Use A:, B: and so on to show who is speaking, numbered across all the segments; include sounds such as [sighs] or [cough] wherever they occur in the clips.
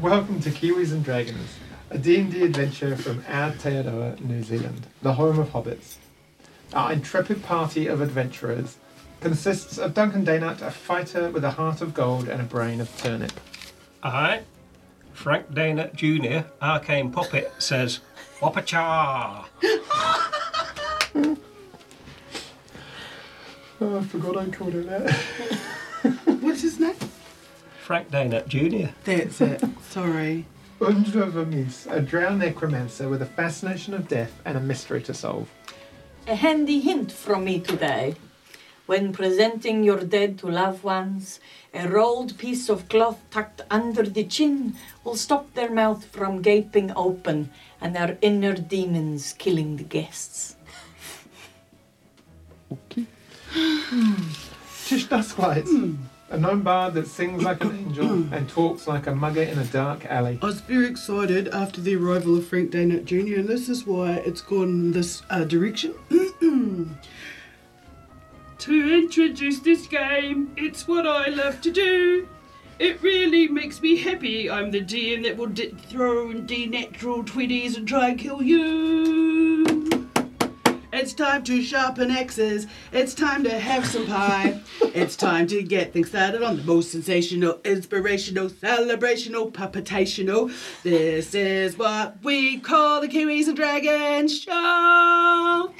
A: Welcome to Kiwis and Dragons, a D&D adventure from Aotearoa, New Zealand, the home of hobbits. Our intrepid party of adventurers consists of Duncan Daynut, a fighter with a heart of gold and a brain of turnip.
B: I, Frank Dana Jr., arcane puppet, says, Wapachar!
A: Oh, I forgot I called it that. [laughs]
C: What's his name?
B: Frank Dana Jr.
C: That's it. Sorry.
A: Undra Vermees, a drowned necromancer with a fascination of death and a mystery to solve.
D: A handy hint from me today. When presenting your dead to loved ones, a rolled piece of cloth tucked under the chin will stop their mouth from gaping open and their inner demons killing the guests.
A: Tish Dusklight, a gnome bard that sings like an angel and talks like a mugger in a dark alley.
C: I was very excited after the arrival of Frank Daynut Jr., and this is why it's gone this uh, direction. [clears throat] to introduce this game, it's what I love to do. It really makes me happy. I'm the DM that will d- throw in D natural 20s and try and kill you. It's time to sharpen axes. It's time to have some pie. it's time to get things started on the most sensational, inspirational, celebrational, puppetational. This is what we call the Kiwis and Dragons show.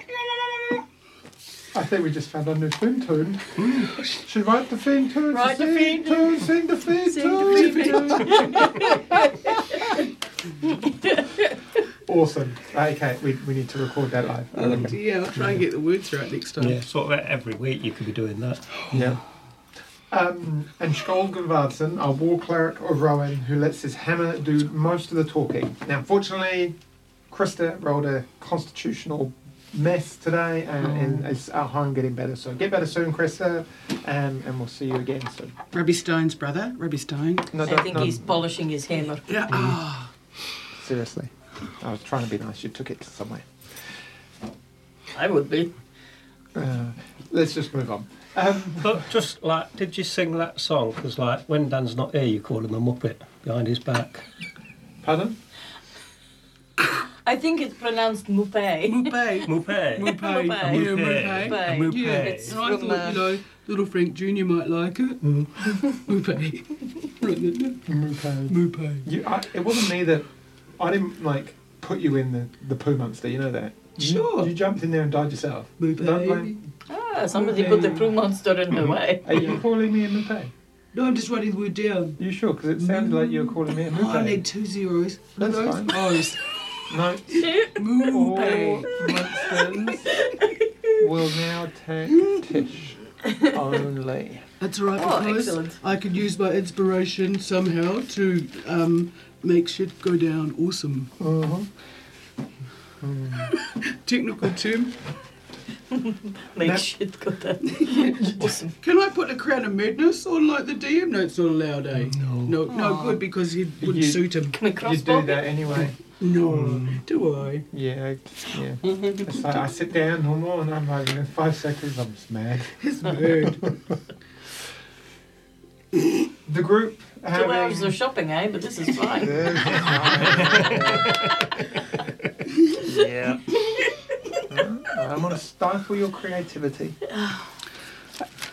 A: I think we just found a new theme tune. Should write the theme tune.
D: Write the
A: sing
D: theme
A: tune. Sing the theme
C: the
A: tune. [laughs] Awesome. Okay, we, we need to record that live.
C: Oh dear, I'll try and get the words right next time.
B: Yeah, sort of every week you could be doing that.
A: Yeah. Um, and Skål Gunvardsson, our war cleric of Rowan, who lets his hammer do most of the talking. Now, fortunately, Krista rolled a constitutional mess today and, and is at home getting better. So get better soon, Krista, and, and we'll see you again soon.
C: Ruby Stone's brother, Ruby Stone.
A: No,
D: I
A: don't-
D: think
A: no,
D: he's polishing his hammer.
C: Yeah. ah.
A: Seriously. I was trying to be nice. You took it somewhere.
D: I would be.
A: Uh, let's just move on. Um,
B: But just like, did you sing that song? Because, like, when Dan's not here, you call him a Muppet behind his back.
A: pardon?
D: I think it's pronounced Moupe. [laughs]
C: Mupe.
B: Muppet.
C: Mupe.
D: Mupe.
C: Yeah,
B: Muppet.
C: Mupe.
D: Muppet.
B: Muppet.
C: Yeah,
D: It's
C: And I
D: from,
C: thought,
D: uh,
C: you know, little Frank Jr. might like it.
A: Hmm. [laughs]
C: [laughs] Mupe.
A: Okay.
C: Mupe.
A: You, I, it wasn't me that. I didn't, like, put you in the, the poo monster, you know that? You-
C: Sure.
A: You jumped in there and died yourself. Don't
C: Mupe.
A: blame-
D: Ah, somebody put the poo monster in
A: Mm-hmm.
D: the way.
A: Are you calling me a Mupe?
C: No, I'm just writing the word down.
A: You sure? Because it sounded like you were calling me a
C: Oh, I need
A: Mupe.
C: two zeros.
A: That's
C: Those
A: fine. [laughs] Oh.
C: O's.
A: No, all
C: Mupe.
A: monsters will now take Tish only.
C: That's all right
D: Oh,
C: because
D: excellent.
C: I could use my inspiration somehow to um, make shit go down awesome.
A: Uh-huh.
C: Technical term.
A: Now-
D: Make shit
A: [laughs]
D: go down. Awesome.
C: Can I put a crown of madness on like the DM? No, it's not allowed, eh? No, no,
D: Aw.
C: good because he wouldn't
A: You-
C: suit him.
D: Can we
A: You
D: cross
A: do
D: [laughs]
A: that anyway.
C: No, do I?
A: Yeah, I- yeah. It's like I sit down normal and I'm like, in five seconds, I'm just mad.
C: His bird.
A: The group
D: Two hours
A: having...
D: of shopping, eh? But this is
A: [laughs]
D: fine. [laughs]
A: yeah. Uh, I'm going to stifle your creativity. [sighs]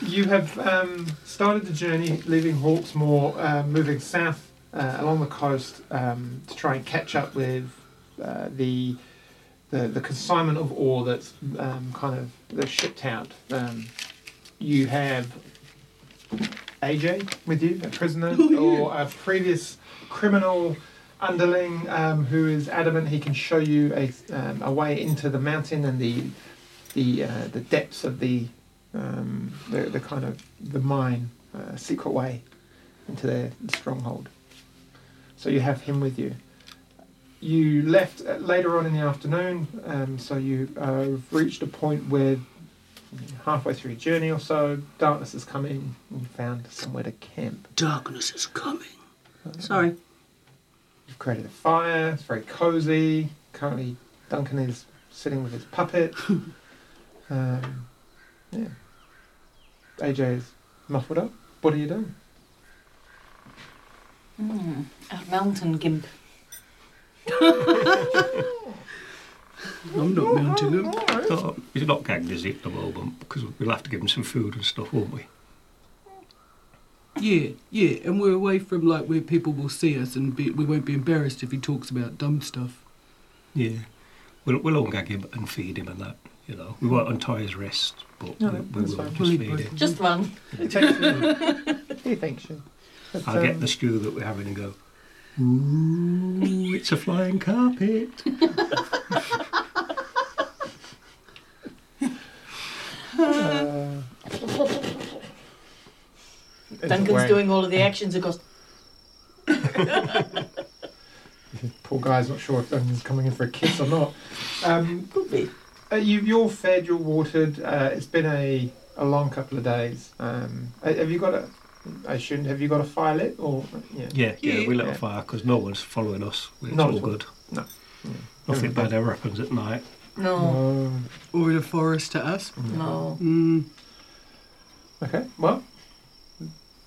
A: You have um, started the journey leaving Hawksmoor, uh, moving south uh, along the coast um, to try and catch up with uh, the, the the consignment of ore that's um, kind of that's shipped out. Um, you have AJ with you, a prisoner
C: Oh, yeah.
A: or a previous criminal underling um, who is adamant he can show you a, um, a way into the mountain and the the uh, the depths of the um, the, the kind of the mine uh, secret way into their stronghold. So you have him with you. You left uh, later on in the afternoon, um, so you uh, reached a point where halfway through your journey or so, darkness has come in and you found somewhere to camp.
C: Darkness is coming. Sorry.
A: You've created a fire, it's very cozy. Currently, Duncan is sitting with his
B: [laughs]
A: puppet. um, yeah. AJ is muffled up. What are you doing?
D: Hmm, our mountain gimp.
C: I'm not mounting him.
B: So he's not gagged, is he, at the moment? Because we'll have to give him some food and stuff, won't we?
C: Yeah, yeah, and we're away from like where people will see us and be, we won't be embarrassed if he talks about dumb stuff.
B: Yeah. We'll, we'll ungag him and feed him and that, you know. We won't untie his wrist, but
A: No,
B: we, we
A: that's
B: will
A: fine.
B: just
C: Well, he-
B: feed him.
D: [laughs] Just one.
A: It takes you. he thinks you. But,
B: I'll
A: um,
B: get the stew that we're having and go, ooh, it's a flying carpet.
A: uh, it's
D: Duncan's
A: wearing-
D: doing all of the actions. It goes,
A: [laughs] Poor guy's not sure if Duncan's coming in for a kiss or not. Um,
D: could be.
A: Uh, you, you're fed, you're watered. Uh, it's been a, a long couple of days. Um, ha- have you got a? I shouldn't. Have you got a fire lit or? Yeah.
B: Yeah, yeah, we lit
A: Yeah.
B: a fire because no one's following us. It's
A: Not
B: all
A: at all.
B: good.
A: No. Yeah.
B: Nothing bad ever happens at night.
D: No,
A: Oh,
C: Or in a forest to us.
D: no.
C: Mm,
A: Okay. Well,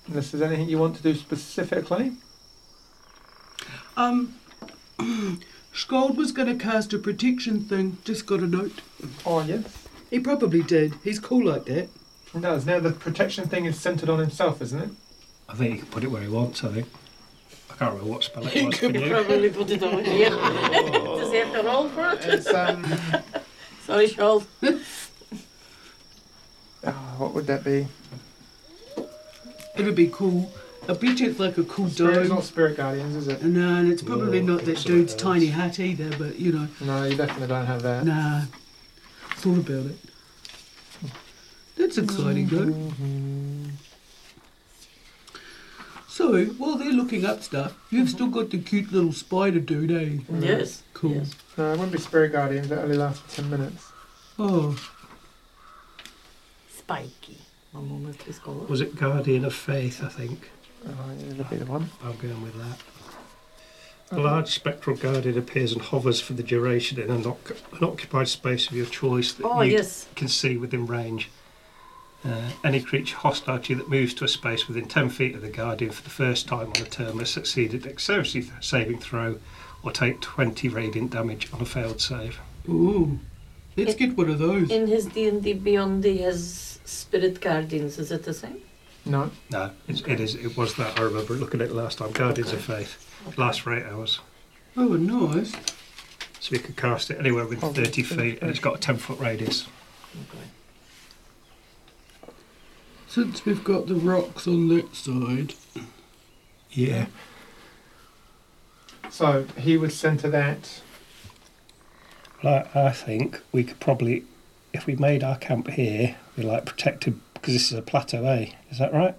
A: unless there's anything you want to do specifically,
C: Um, [clears throat] Skold was going to cast a protection thing, just got a note.
A: oh yes,
C: He probably did. He's cool like that.
A: he does. Now the protection thing is centered on himself, isn't it?
B: I think he can put it where he wants, I think. I can't remember what spell it was.
D: Could
B: Can you?
D: probably put it over [laughs] here. Does he have to roll for it?
A: It's um. [laughs]
D: Sorry, Charles.
A: oh, what would that be?
C: It'd be cool. I bet you it's like a cool
A: Spirit, it's not
C: dome.
A: spirit guardians, is it?
C: No, and it's probably
B: No,
C: not that
B: it's something
C: dude's
B: else.
C: tiny hat either, but you know,
A: No, you definitely don't have that.
C: nah. Thought about it. That's exciting though.
A: Mm-hmm.
C: So, while they're looking up stuff, you've still got the cute little spider dude, eh?
D: Yes.
C: Cool.
D: Yes.
A: No, it wouldn't be spirit guardians. That only lasts ten minutes.
C: Oh,
D: Spiky. One moment, please call it.
B: Was it Guardian of Faith, I think?
A: Oh, yeah, that'd be the one.
B: I'm going with that. A large spectral guardian appears and hovers for the duration in an, oc- an occupied space of your choice that
D: Oh,
B: you
D: yes.
B: can see within range. Uh, any creature hostile to you that moves to a space within 10 feet of the guardian for the first time on a turn must succeed a dexterity th- saving throw or take 20 radiant damage on a failed save.
C: ooh. Let's
D: It-
C: get one of those.
D: In his D&D Beyond, he has spirit guardians. Is it the same?
A: No.
B: No, it's, it is. It was that. I remember looking at it last time. Guardians of Faith. Lasts for eight hours.
C: Oh, nice.
B: So you could cast it anywhere within
A: Oh,
B: 30
A: okay.
B: feet and it's got a 10 foot radius.
C: Since we've got the rocks on that side,
B: Yeah.
A: So he would centre that.
B: Like, I think we could probably, if we made our camp here, we like protected because this is a plateau, eh? Is that right?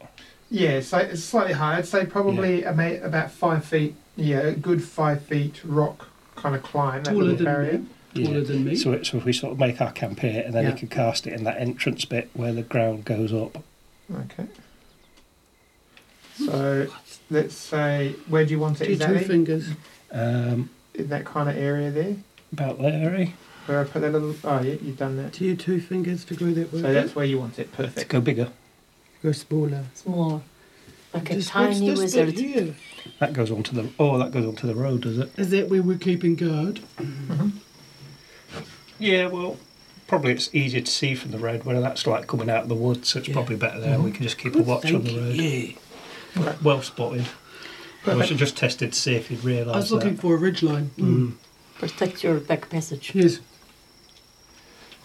A: Yeah, so it's slightly higher. I'd say probably ama- about five feet. Yeah, a good five feet rock kind of climb that
C: Taller
A: little
C: than
A: barrier.
C: me. taller than me.
B: So, so if we sort of make our camp here, and then
C: Yeah.
B: we could cast it in that entrance bit where the ground goes up.
A: Okay. So let's say where do you want it
C: Do two
A: exactly?
C: fingers.
B: Um,
A: In that kind of area there,
B: about there, eh?
A: where I put that little. Oh, yeah, you've done that.
C: Do your two fingers to go that way?
A: So that's where you want it.
B: Let's
A: Perfect.
B: go bigger.
C: go smaller.
D: Smaller. Like a
C: Just what's
D: tiny
C: this bit
D: wizard.
C: here?
B: That goes onto the oh, that goes onto the road, does it?
C: Is that where we're keeping guard?
B: Yeah, well, probably it's easier to see from the road whether that's like coming out of the woods, so it's
C: Yeah.
B: probably better there. We can just keep a watch on the road.
C: Yeah.
B: Well spotted. I should just tested to see if you'd realise
C: I was looking
B: that.
C: for a ridgeline. Mm.
B: Mm.
D: Protect your back passage.
C: Yes.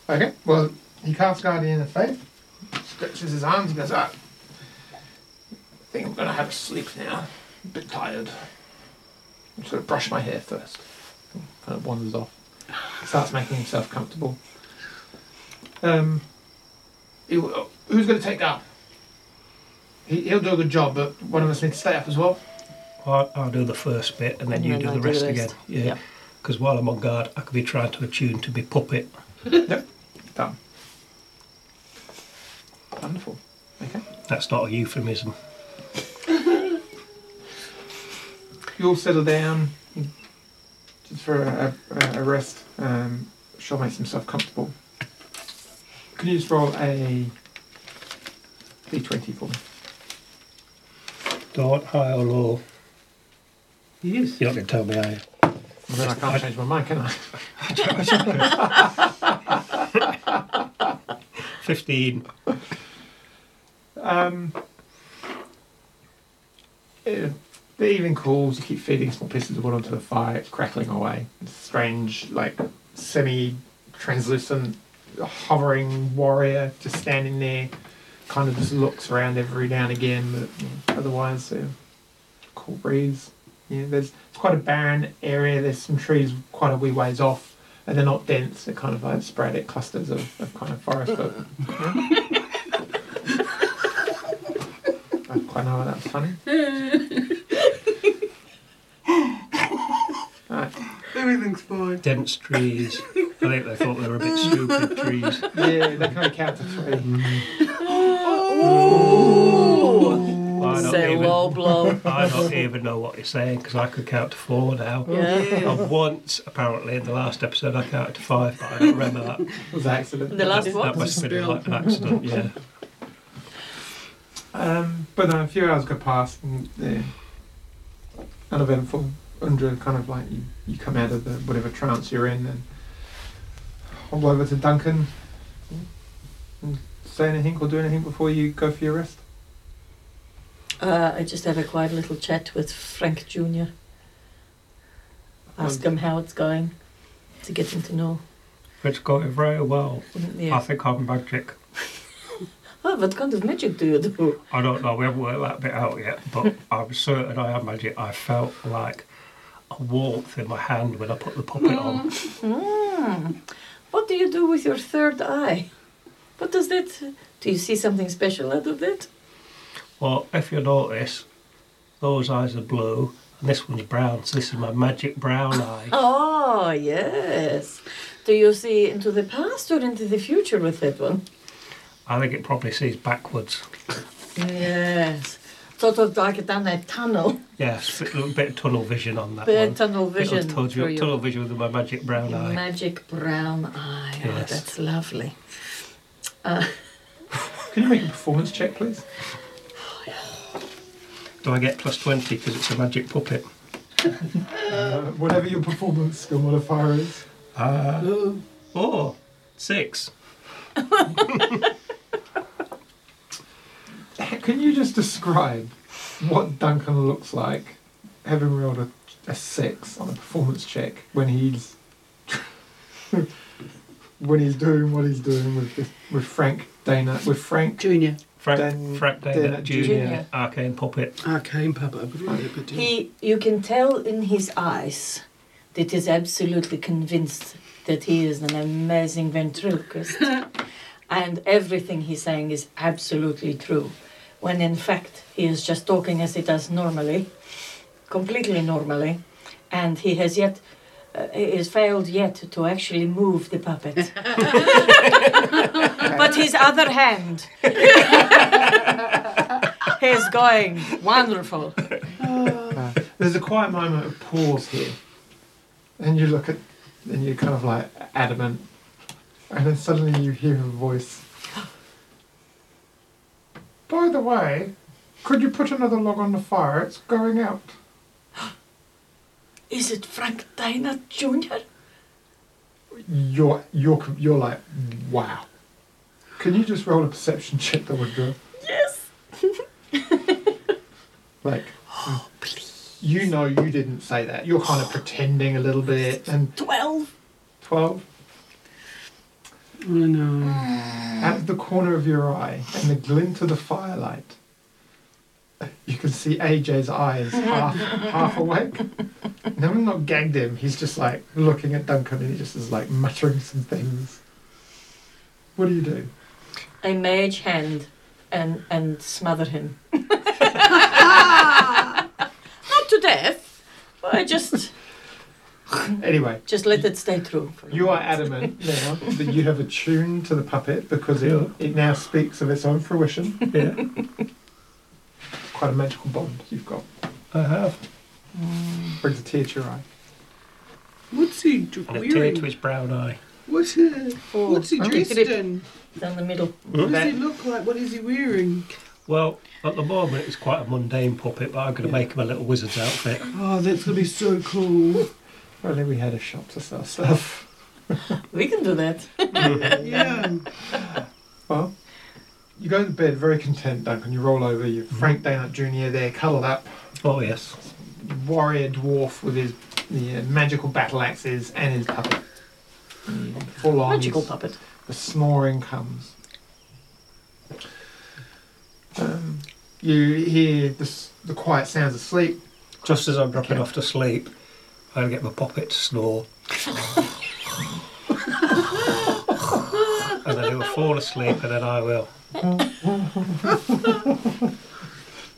A: Okay. Well, he casts Guardian of Faith, stretches his arms, and goes, "Ah, I think I'm going to have a sleep now. A bit tired. I'm sort of brush my hair first. Kind of wanders off. Starts making himself comfortable. Um, he, oh, who's going to take that? He, he'll do a good job, but one of us needs to stay up as well.
B: I'll, I'll do the first bit and then
D: And
B: you
D: then
B: do
D: I'll
B: the
D: do
B: rest,
D: the
B: again.
D: rest.
B: Yeah.
D: [gasps] Yeah.
B: Because while I'm on guard, I could be trying to attune to be puppet.
A: Done. Wonderful. Okay.
B: That's not a euphemism.
A: you all settle down just for a, a, a rest. Um, Shaw makes himself comfortable. Can you just roll a d20 for me?
B: Don't high or low. He is.
E: You're not going to tell me, are you?
A: And then I can't change my mind, can I?
B: 15.
A: Um, eh, the evening cools. You keep feeding small pieces of wood onto the fire. It's crackling away. This strange, like semi-translucent, hovering warrior just standing there, kind of just looks around every now and again. But you know, otherwise, eh, cool breeze. Yeah, there's it's quite a barren area. There's some trees quite a wee ways off, and they're not dense. They're kind of like sporadic clusters of, of kind of forest. But I don't quite know why that's funny. Right.
C: Everything's fine.
B: Dense trees. I think they thought they were a bit stupid trees.
A: Yeah, they can only count to three.
D: Oh!
B: I don't
D: Say
B: even-
D: low blow.
B: I don't even know what you're saying because I could count to four now.
D: [laughs] Yeah.
B: And once, apparently, in the last episode, I counted to five, but I don't remember
D: [laughs]
B: that.
A: It was an accident.
D: The last
B: That
D: one.
B: must have been like an accident, yeah.
A: Um, but no, a few hours go past and they're uneventful. Undra kind of like you, you come out of the whatever trance you're in and hobble over to Duncan and say anything or do anything before you go for your rest.
D: Uh, I just had a quiet little chat with Frank Jr. Ask him how it's going to get him to know.
B: It's going very well. I
D: Yeah.
B: think I'm magic.
D: Oh, what kind of magic do you do?
B: I don't know, we haven't worked that bit out yet, but I'm certain I am magic. I felt like a warmth in my hand when I put the puppet on.
D: Hmm. What do you do with your third eye? What does that? Do you see something special out of that?
B: Well, if you notice, those eyes are blue and this one's brown, so this is my magic brown eye.
D: Oh yes. Do you see into the past or into the future with that one?
B: I think it probably sees backwards. Mm.
D: Yes. Sort of like down a tunnel,
B: Yes, a little bit of tunnel vision on that
D: the
B: one.
D: tunnel
B: Little
D: vision.
B: tunnel,
D: through your
B: tunnel vision with my magic brown eye.
D: Magic brown eye.
B: Yes.
D: Oh, that's lovely.
A: Can you make a performance check, please?
B: Do I get plus 20 because it's a magic puppet?
A: Uh, whatever your performance skill modifier is.
B: Uh, oh, six.
A: [laughs] Can you just describe what Duncan looks like having rolled a, a six on a performance check when he's [laughs] when he's doing what he's doing with with, with Frank Dana with Frank
C: Junior.
B: Frank,
A: Dan-
B: Frank Dana
A: Dan-
B: Jr.
D: Junior.
B: Arcane puppet.
C: Arcane Ah, Papa. I would really good to-
D: He, you can tell in his eyes that he's absolutely convinced that he is an amazing ventriloquist, and everything he's saying is absolutely true, when in fact he is just talking as he does normally, completely normally, and he has yet. Uh, he has failed yet to actually move the puppet. but his other hand [laughs] is going wonderful.
A: Uh, there's a quiet moment of pause here, and you look at and you're kind of like adamant, and then suddenly you hear a voice. By the way, could you put another log on the fire? It's going out.
D: Is it Frank Dana Jr.?
A: you're you're com- you're like wow. Can you just roll a perception check that would go?
D: Yes.
A: Like, you know, you didn't say that. You're kind of pretending a little bit. And
D: Twelve.
A: twelve
C: Oh no.
A: out of the corner of your eye and the glint of the firelight, you can see AJ's eyes half half awake. No, I'm not gagged him. He's just like looking at Duncan and he just is like muttering some things. What do you do?
D: A mage hand and and smother [laughs] him. Not to death. But I just
A: Anyway,
D: just let it stay true. for a
A: You are
D: minute.
A: [laughs] adamant now that you have attuned to the puppet because it,
B: Yeah.
A: it now speaks of its own fruition.
B: Yeah,
A: Quite a magical bond you've got.
B: I have.
A: Brings a tear to your eye.
C: What's he d-
B: [laughs] And a tear to
C: wearing?
B: his brown eye.
C: What's he,
D: Oh,
C: what's he
D: okay.
C: dressed in?
D: down the middle.
C: What does
A: That-
C: he look like? What is he wearing?
B: Well, at the moment it's quite a mundane puppet, but I'm going to
C: Yeah.
B: make him a little wizard's outfit.
C: Oh, that's gonna be so
B: [laughs]
C: cool.
A: If only we had a shop to sell stuff.
D: We can do that.
C: Yeah.
A: Well, you go to bed very content, Duncan. You roll over, you Frank Downard Jr. there, cuddled up,
B: Oh yes,
A: warrior dwarf with his the, uh, magical battle axes and his puppet. And you Full on.
D: Magical
C: [laughs]
D: puppet.
A: The snoring comes. Um, you hear the, s- the quiet sounds of sleep.
B: just as I'm dropping off to sleep, I get my puppet to snore, and then he'll fall asleep, and then I will.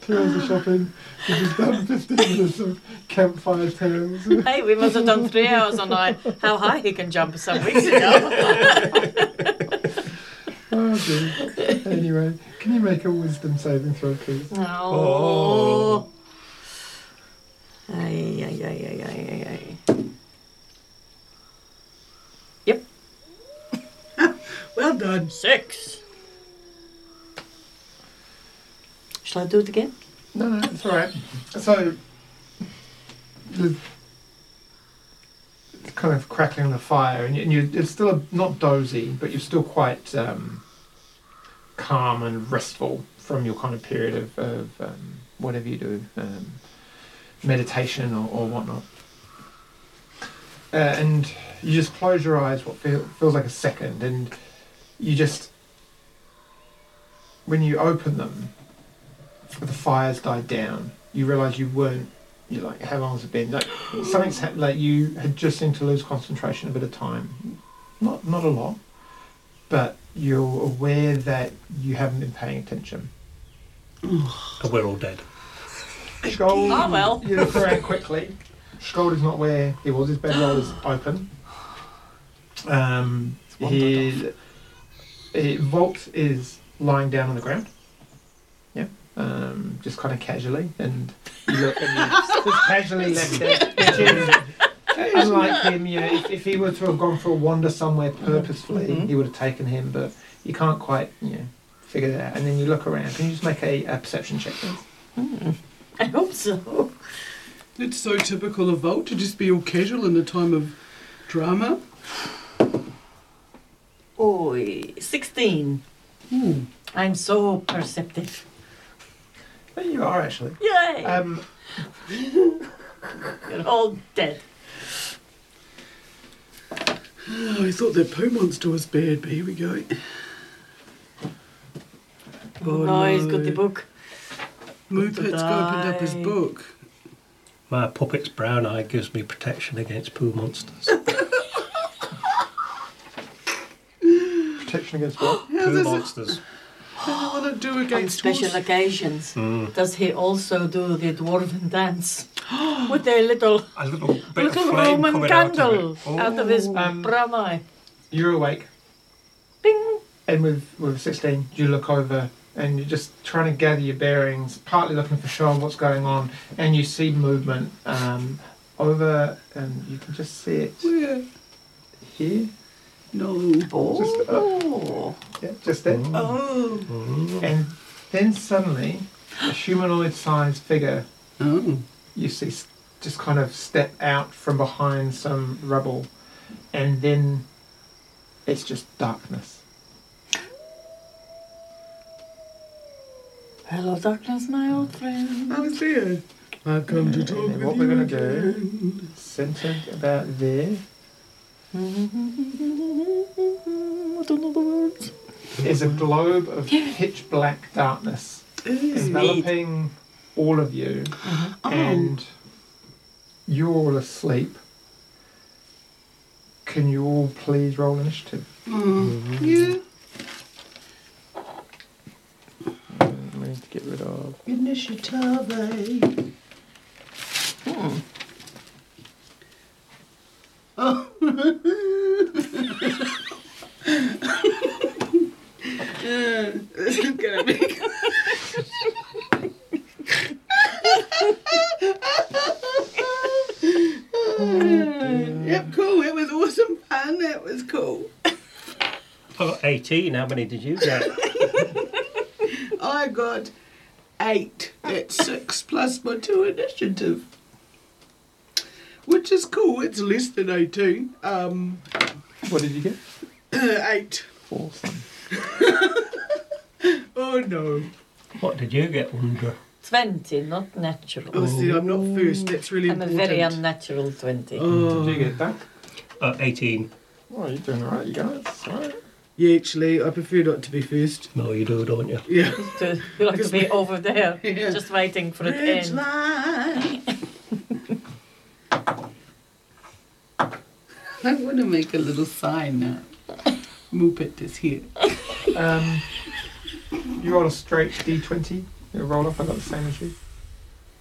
A: Two hours of shopping. This is done 15 minutes of campfire tales. [laughs]
D: Hey, we must have done three hours on I, how high he can jump some weeks ago.
C: [laughs]
A: Oh, dear. Anyway, can you make a wisdom saving throw, please?
D: Oh. Ay, ay, ay, ay, ay, ay, ay.
C: Well done.
D: Six. Shall I do it again?
A: No, no, it's all right. So, the, it's kind of crackling the fire, and, you, and you, it's still not dozy, but you're still quite um, calm and restful from your kind of period of, of um, whatever you do, um, meditation or, or whatnot. Uh, and you just close your eyes, what feel, feels like a second, and you just, when you open them, the fire's died down, you realise you weren't. You like how long has it been? Like something's happened. Like you had just seemed to lose concentration a bit of time, not not a lot, but you're aware that you haven't been paying attention.
B: And we're all dead.
A: Scold,
D: Ah,
A: [laughs]
D: well.
A: You look around quickly. Scold is not where he was. His bedroll
D: [gasps]
A: is open. Um,
C: one
A: his, eh, Vault is lying down on the ground. Yeah. Um, just kind of casually, and you look and
D: [laughs]
A: you just casually left it. Which is, unlike him, you know, if, if he were to have gone for a wander somewhere purposefully,
D: Mhm.
A: he would have taken him. But you can't quite, you know, figure that out. And then you look around. Can you just make a, a perception check? please?
D: Hmm. I hope so.
C: It's so typical of Volt to just be all casual in a time of drama.
D: Oi, 16.
B: Hmm.
C: Ooh.
D: I'm so perceptive.
A: There you are, actually.
D: Yay!
A: Um,
D: You're all dead.
C: Oh, I thought that poo monster was bad, but here we go.
D: Oh,
C: Oh,
D: no, he's got the
C: no.
D: book.
C: Moopit's opened up his
D: Die.
C: book.
B: My puppet's brown eye gives me protection against poo monsters.
A: protection against what?
B: [laughs] poo monsters.
C: I want to do
D: On
C: against
D: special
C: horse-
D: occasions,
B: Mm.
D: does he also do the dwarven dance with a little
B: A little bit of
D: little
B: flame
D: Roman
B: coming
D: candle
B: out of it. Oh,
D: his
A: Um,
D: brum eye?
A: [gasps] You're awake,
D: Bing.
A: and with with sixteen, you look over and you're just trying to gather your bearings, partly looking for sure what's going on, and you see movement um, over, and you can just see it
C: Where?
A: here,
C: No.
A: Just,
D: Oh.
A: yeah, just there,
D: Oh.
B: Mm.
A: and then suddenly, a humanoid-sized figure
C: Oh.
A: you see s- just kind of step out from behind some rubble, and then it's just darkness.
D: Hello, darkness, my old friend.
C: I was there. I've come to talk
A: And
C: with
A: what
C: you
A: we're gonna do-
C: again.
A: Centered about there.
D: I don't know the words.
A: is a globe of pitch black darkness
C: Ew.
A: enveloping all of you,
C: Oh.
A: and you're all asleep. Can you all please roll initiative?
C: Yeah.
A: Uh, We need to get rid of.
C: Initiative. eh? Oh. Uh, [laughs] this is gonna be [laughs] good.
A: Oh,
C: yep, cool. It was awesome fun. That was cool.
B: Oh, [laughs] I got 18. How many did you get?
E: I got eight. That's six plus my two initiative. Which is cool, it's less than 18. Um, [clears throat]
A: What did you get?
E: eight.
A: Awesome.
E: Oh no.
B: What did you get, Wonder?
D: 20, not
E: Oh,
D: natural.
E: see, I'm not first, that's really
D: I'm a
E: important.
D: very unnatural 20.
A: Did you
E: oh.
A: get that?
B: Uh, 18.
A: Well, Oh, you're doing alright, you guys. Alright.
E: Yeah, actually, I prefer not to be first.
B: No, you do, don't you?
E: Yeah.
D: To, you like to be over
A: [laughs]
D: there,
E: Yeah.
D: just waiting for it
E: Red
D: end.
E: line. [laughs]
C: I want to make a little sign now. Muppet is here.
A: Um, you roll a straight d20. It'll roll off. I got the same as you.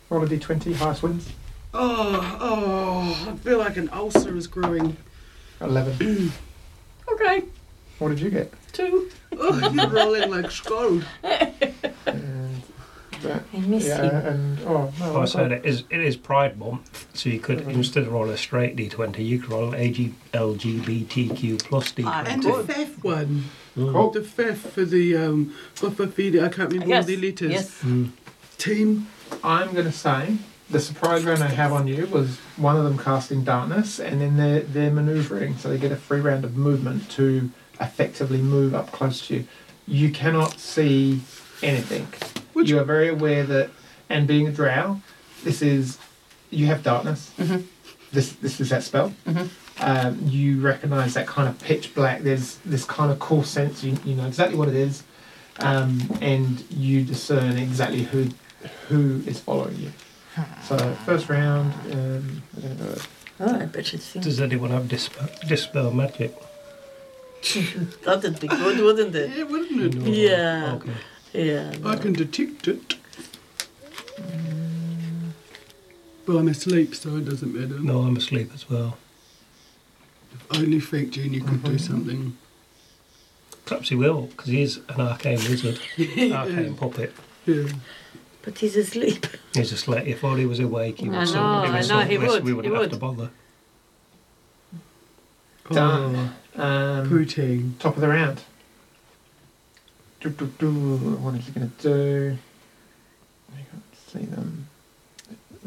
A: Roll a d20. Highest wins.
E: Oh, oh, I feel like an ulcer is growing.
A: Eleven.
D: Okay,
A: what did you get?
D: two.
E: Oh, you're rolling like scold.
A: And that.
D: I miss him.
A: Uh, Yeah. And oh no.
B: Oh, I
A: I've
B: said
A: got-
B: it is, it is Pride Month, so you
D: Mm-hmm.
B: could, instead of rolling a straight d20, you could roll AG, LGBTQ plus
D: I
E: And
B: d20.
E: the
D: Good.
E: faff one.
A: Cool.
E: Mm. The faff for the, um, for Fafida, I can't remember
D: Yes,
E: all the letters.
D: yes.
E: Team.
A: I'm going to say the surprise round I have on you was one of them casting darkness, and then they're, they're maneuvering, so they get a free round of movement to effectively move up close to you. You cannot see anything.
E: Which-
A: you are very aware that, and being a drow, this is you have darkness. This this is that spell. Um, you recognise that kind of pitch black. There's this kind of core sense. You, you know exactly what it is, um, and you discern exactly who who is following you.
D: Ah.
A: So first round, um, we're gonna go with-
D: Oh, I bet it's him.
B: Does anyone have dispel, dispel magic?
D: That'd be good, wouldn't it?
A: [laughs]
E: Yeah, wouldn't it?
D: Mm, Yeah,
B: Okay.
D: yeah. no.
E: I can detect it.
C: But I'm asleep, so it doesn't matter.
B: No, I'm asleep as well.
C: Only Frank Junior could do something.
B: Perhaps he will, because he is an arcane
D: [laughs]
B: wizard, arcane puppet.
C: Yeah.
D: But he's asleep.
B: He's just like, if only he was awake, he would
D: I
B: solve
D: know,
B: he
D: I
B: would
D: know,
B: solve
D: he
B: this,
D: would,
B: we
D: he
B: wouldn't have
D: would.
B: to bother.
A: Done.
E: Oh,
A: um,
E: poutine.
A: top of the round. Do, do, do. What is it going to do? I can't see them.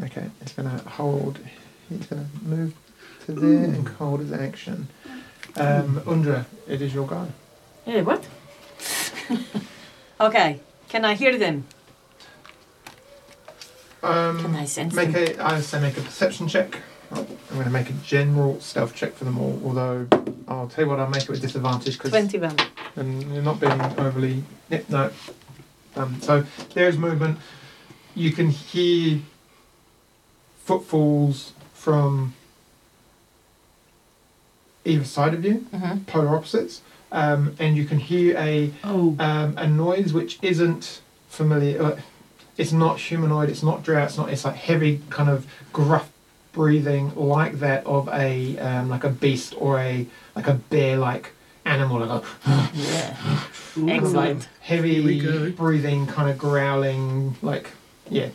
A: Okay, it's going to hold. He's going to move to there and hold his action. Um, Undra, it is your go.
D: Hey, what? [laughs] okay, can I hear them? Can
A: Um,
D: I sense
A: make
D: them?
A: a. I say make a perception check. I'm going to make a general stealth check for them all. Although I'll tell you what, I'll make it with disadvantage because
D: 21.
A: and you're not being overly yep, no. Um, so there is movement. You can hear footfalls from either side of you,
D: Mm-hmm.
A: polar opposites, um, and you can hear a
C: Oh,
A: um, a noise which isn't familiar. uh, It's not humanoid. It's not drought. It's not. It's like heavy, kind of gruff breathing, like that of a um, like a beast or a like a bear-like animal, like a
D: Yeah.
C: ooh.
D: Excellent.
A: heavy
E: Here we go.
A: breathing, kind of growling, like yeah,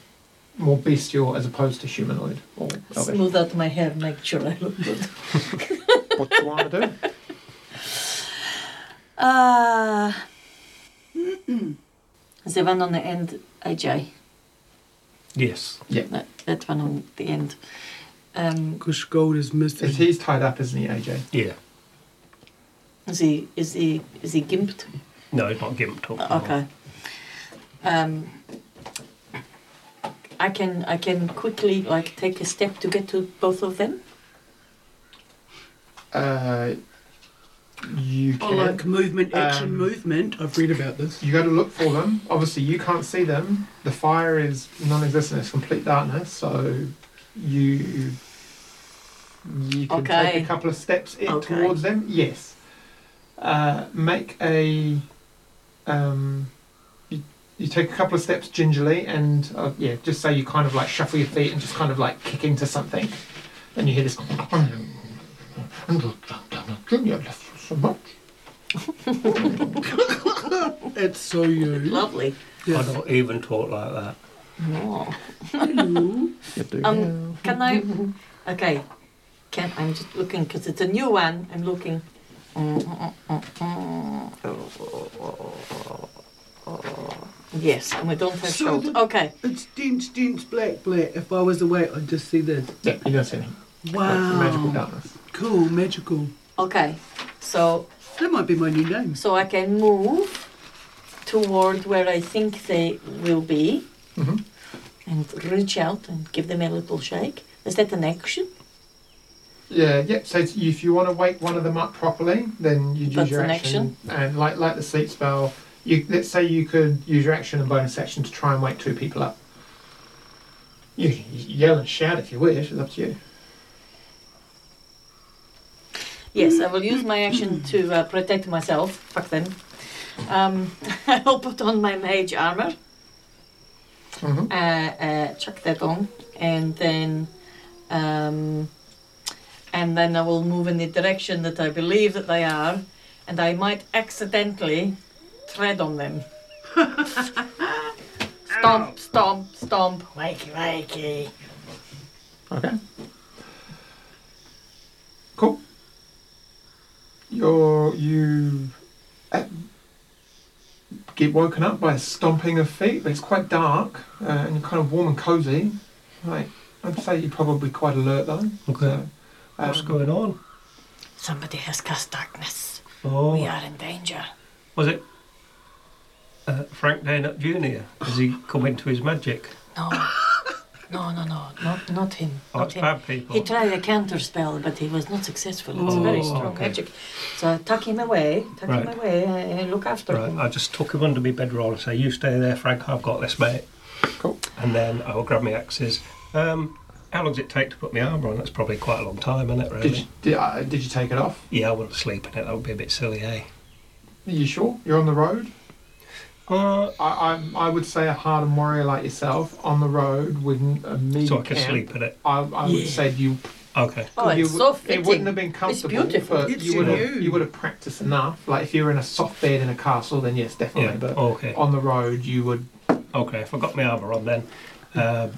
A: more bestial as opposed to humanoid. Or elvish.
D: Smooth out my hair, make sure I look good.
A: what do you want to do?
D: Uh, the one on the end, AJ.
B: Yes.
D: No, that one on the end. Um,
E: Because gold is missing.
A: If he's tied up, isn't he, AJ?
B: Yeah.
D: is he is he is he gimped?
B: No, it's not gimped up. no.
D: Okay. Um, I can I can quickly like take a step to get to both of them.
A: Uh, you
E: I
A: can.
E: like movement, action,
A: Um,
E: movement. I've read about this.
A: You got to look for them. Obviously, you can't see them. The fire is non-existent. It's complete darkness. So you you can
D: Okay.
A: take a couple of steps in
D: Okay.
A: towards them. Yes. Uh, make a um, you, you take a couple of steps gingerly, and uh, yeah, just say you kind of like shuffle your feet and just kind of like kick into something, and you hear this. You left so much.
E: It's so you.
D: Lovely.
B: I don't even talk like that.
D: Oh.
E: Hello.
A: You do
D: Um,
A: now.
D: Can
E: [laughs]
D: I? Okay. Can I'm just looking because it's a new one. I'm looking.
E: Oh,
D: Yes, and we don't have
E: oh. So
D: shield.
E: the-
D: Okay.
E: It's dense, dense black, black.
C: If I was awake, I'd just see this.
A: Yeah, you don't see anything. It's magical
C: Wow.
A: darkness.
C: Cool, magical.
D: Okay. So
C: That might be my new name.
D: so I can move toward where I think they will be
A: Mhm.
D: and reach out and give them a little shake. Is that an action?
A: Yeah, yeah. So it's- if you want to wake one of them up properly, then you use
D: That's
A: your
D: an
A: action, and like like the sleep spell, you let's say you could use your action and bonus action to try and wake two people up. You can yell and shout if you wish. It's up to you.
D: Yes, I will use my action to uh, protect myself. Fuck them. Um, [laughs] I'll put on my mage armor,
A: hmm
D: uh, uh, chuck that on, and then, um, and then I will move in the direction that I believe that they are, and I might accidentally tread
B: [laughs]
D: on them.
B: Oh.
D: stomp, stomp, stomp. Wakey, wakey.
A: Okay. Cool. You're you uh, get woken up by a stomping of feet, but it's quite dark uh, and you're kind of warm and cozy. Like I'd say you're probably quite alert though. So,
B: What's
A: um,
B: going on?
D: Somebody has cast darkness.
B: Oh,
D: We are in danger.
B: was it uh, Frank Dane Junior? Has he come into his magic?
D: No, no, no, no, not not him.
B: Oh,
D: not
B: it's
D: him.
B: bad people.
D: He tried a counter spell, but he was not successful. It's very
B: Oh,
D: strong
B: okay.
D: magic. So I tuck him away, tuck him
B: Right.
D: away, I, I look after
B: Right,
D: him.
B: I just took him under my bedroll and say, "You stay there, Frank. I've got this, mate."
A: Cool.
B: And then I will grab my axes. Um, how long does it take to put my armour on? That's probably quite a long time, isn't it? Really?
A: Did you, did, uh, did you take it off?
B: Yeah, I wouldn't sleep in it. That would be a bit silly, eh?
A: Are you sure? You're on the road?
B: Uh,
A: I, I, I would say a hardened warrior like yourself on the road with n- a meager
B: so I can
A: camp,
B: sleep in it.
A: I, I would
D: Yeah.
A: say you
B: Okay.
D: oh,
A: you
D: it's
A: would-
D: so
A: It wouldn't
D: fitting.
A: have been comfortable,
D: beautiful.
A: but
E: It's
A: you would
E: you.
A: have you would have practiced enough. Like if you were in a soft bed in a castle, then yes, definitely.
B: Yeah.
A: But
B: Okay.
A: on the road, you would
B: Okay. If I got my armour on, then. Um,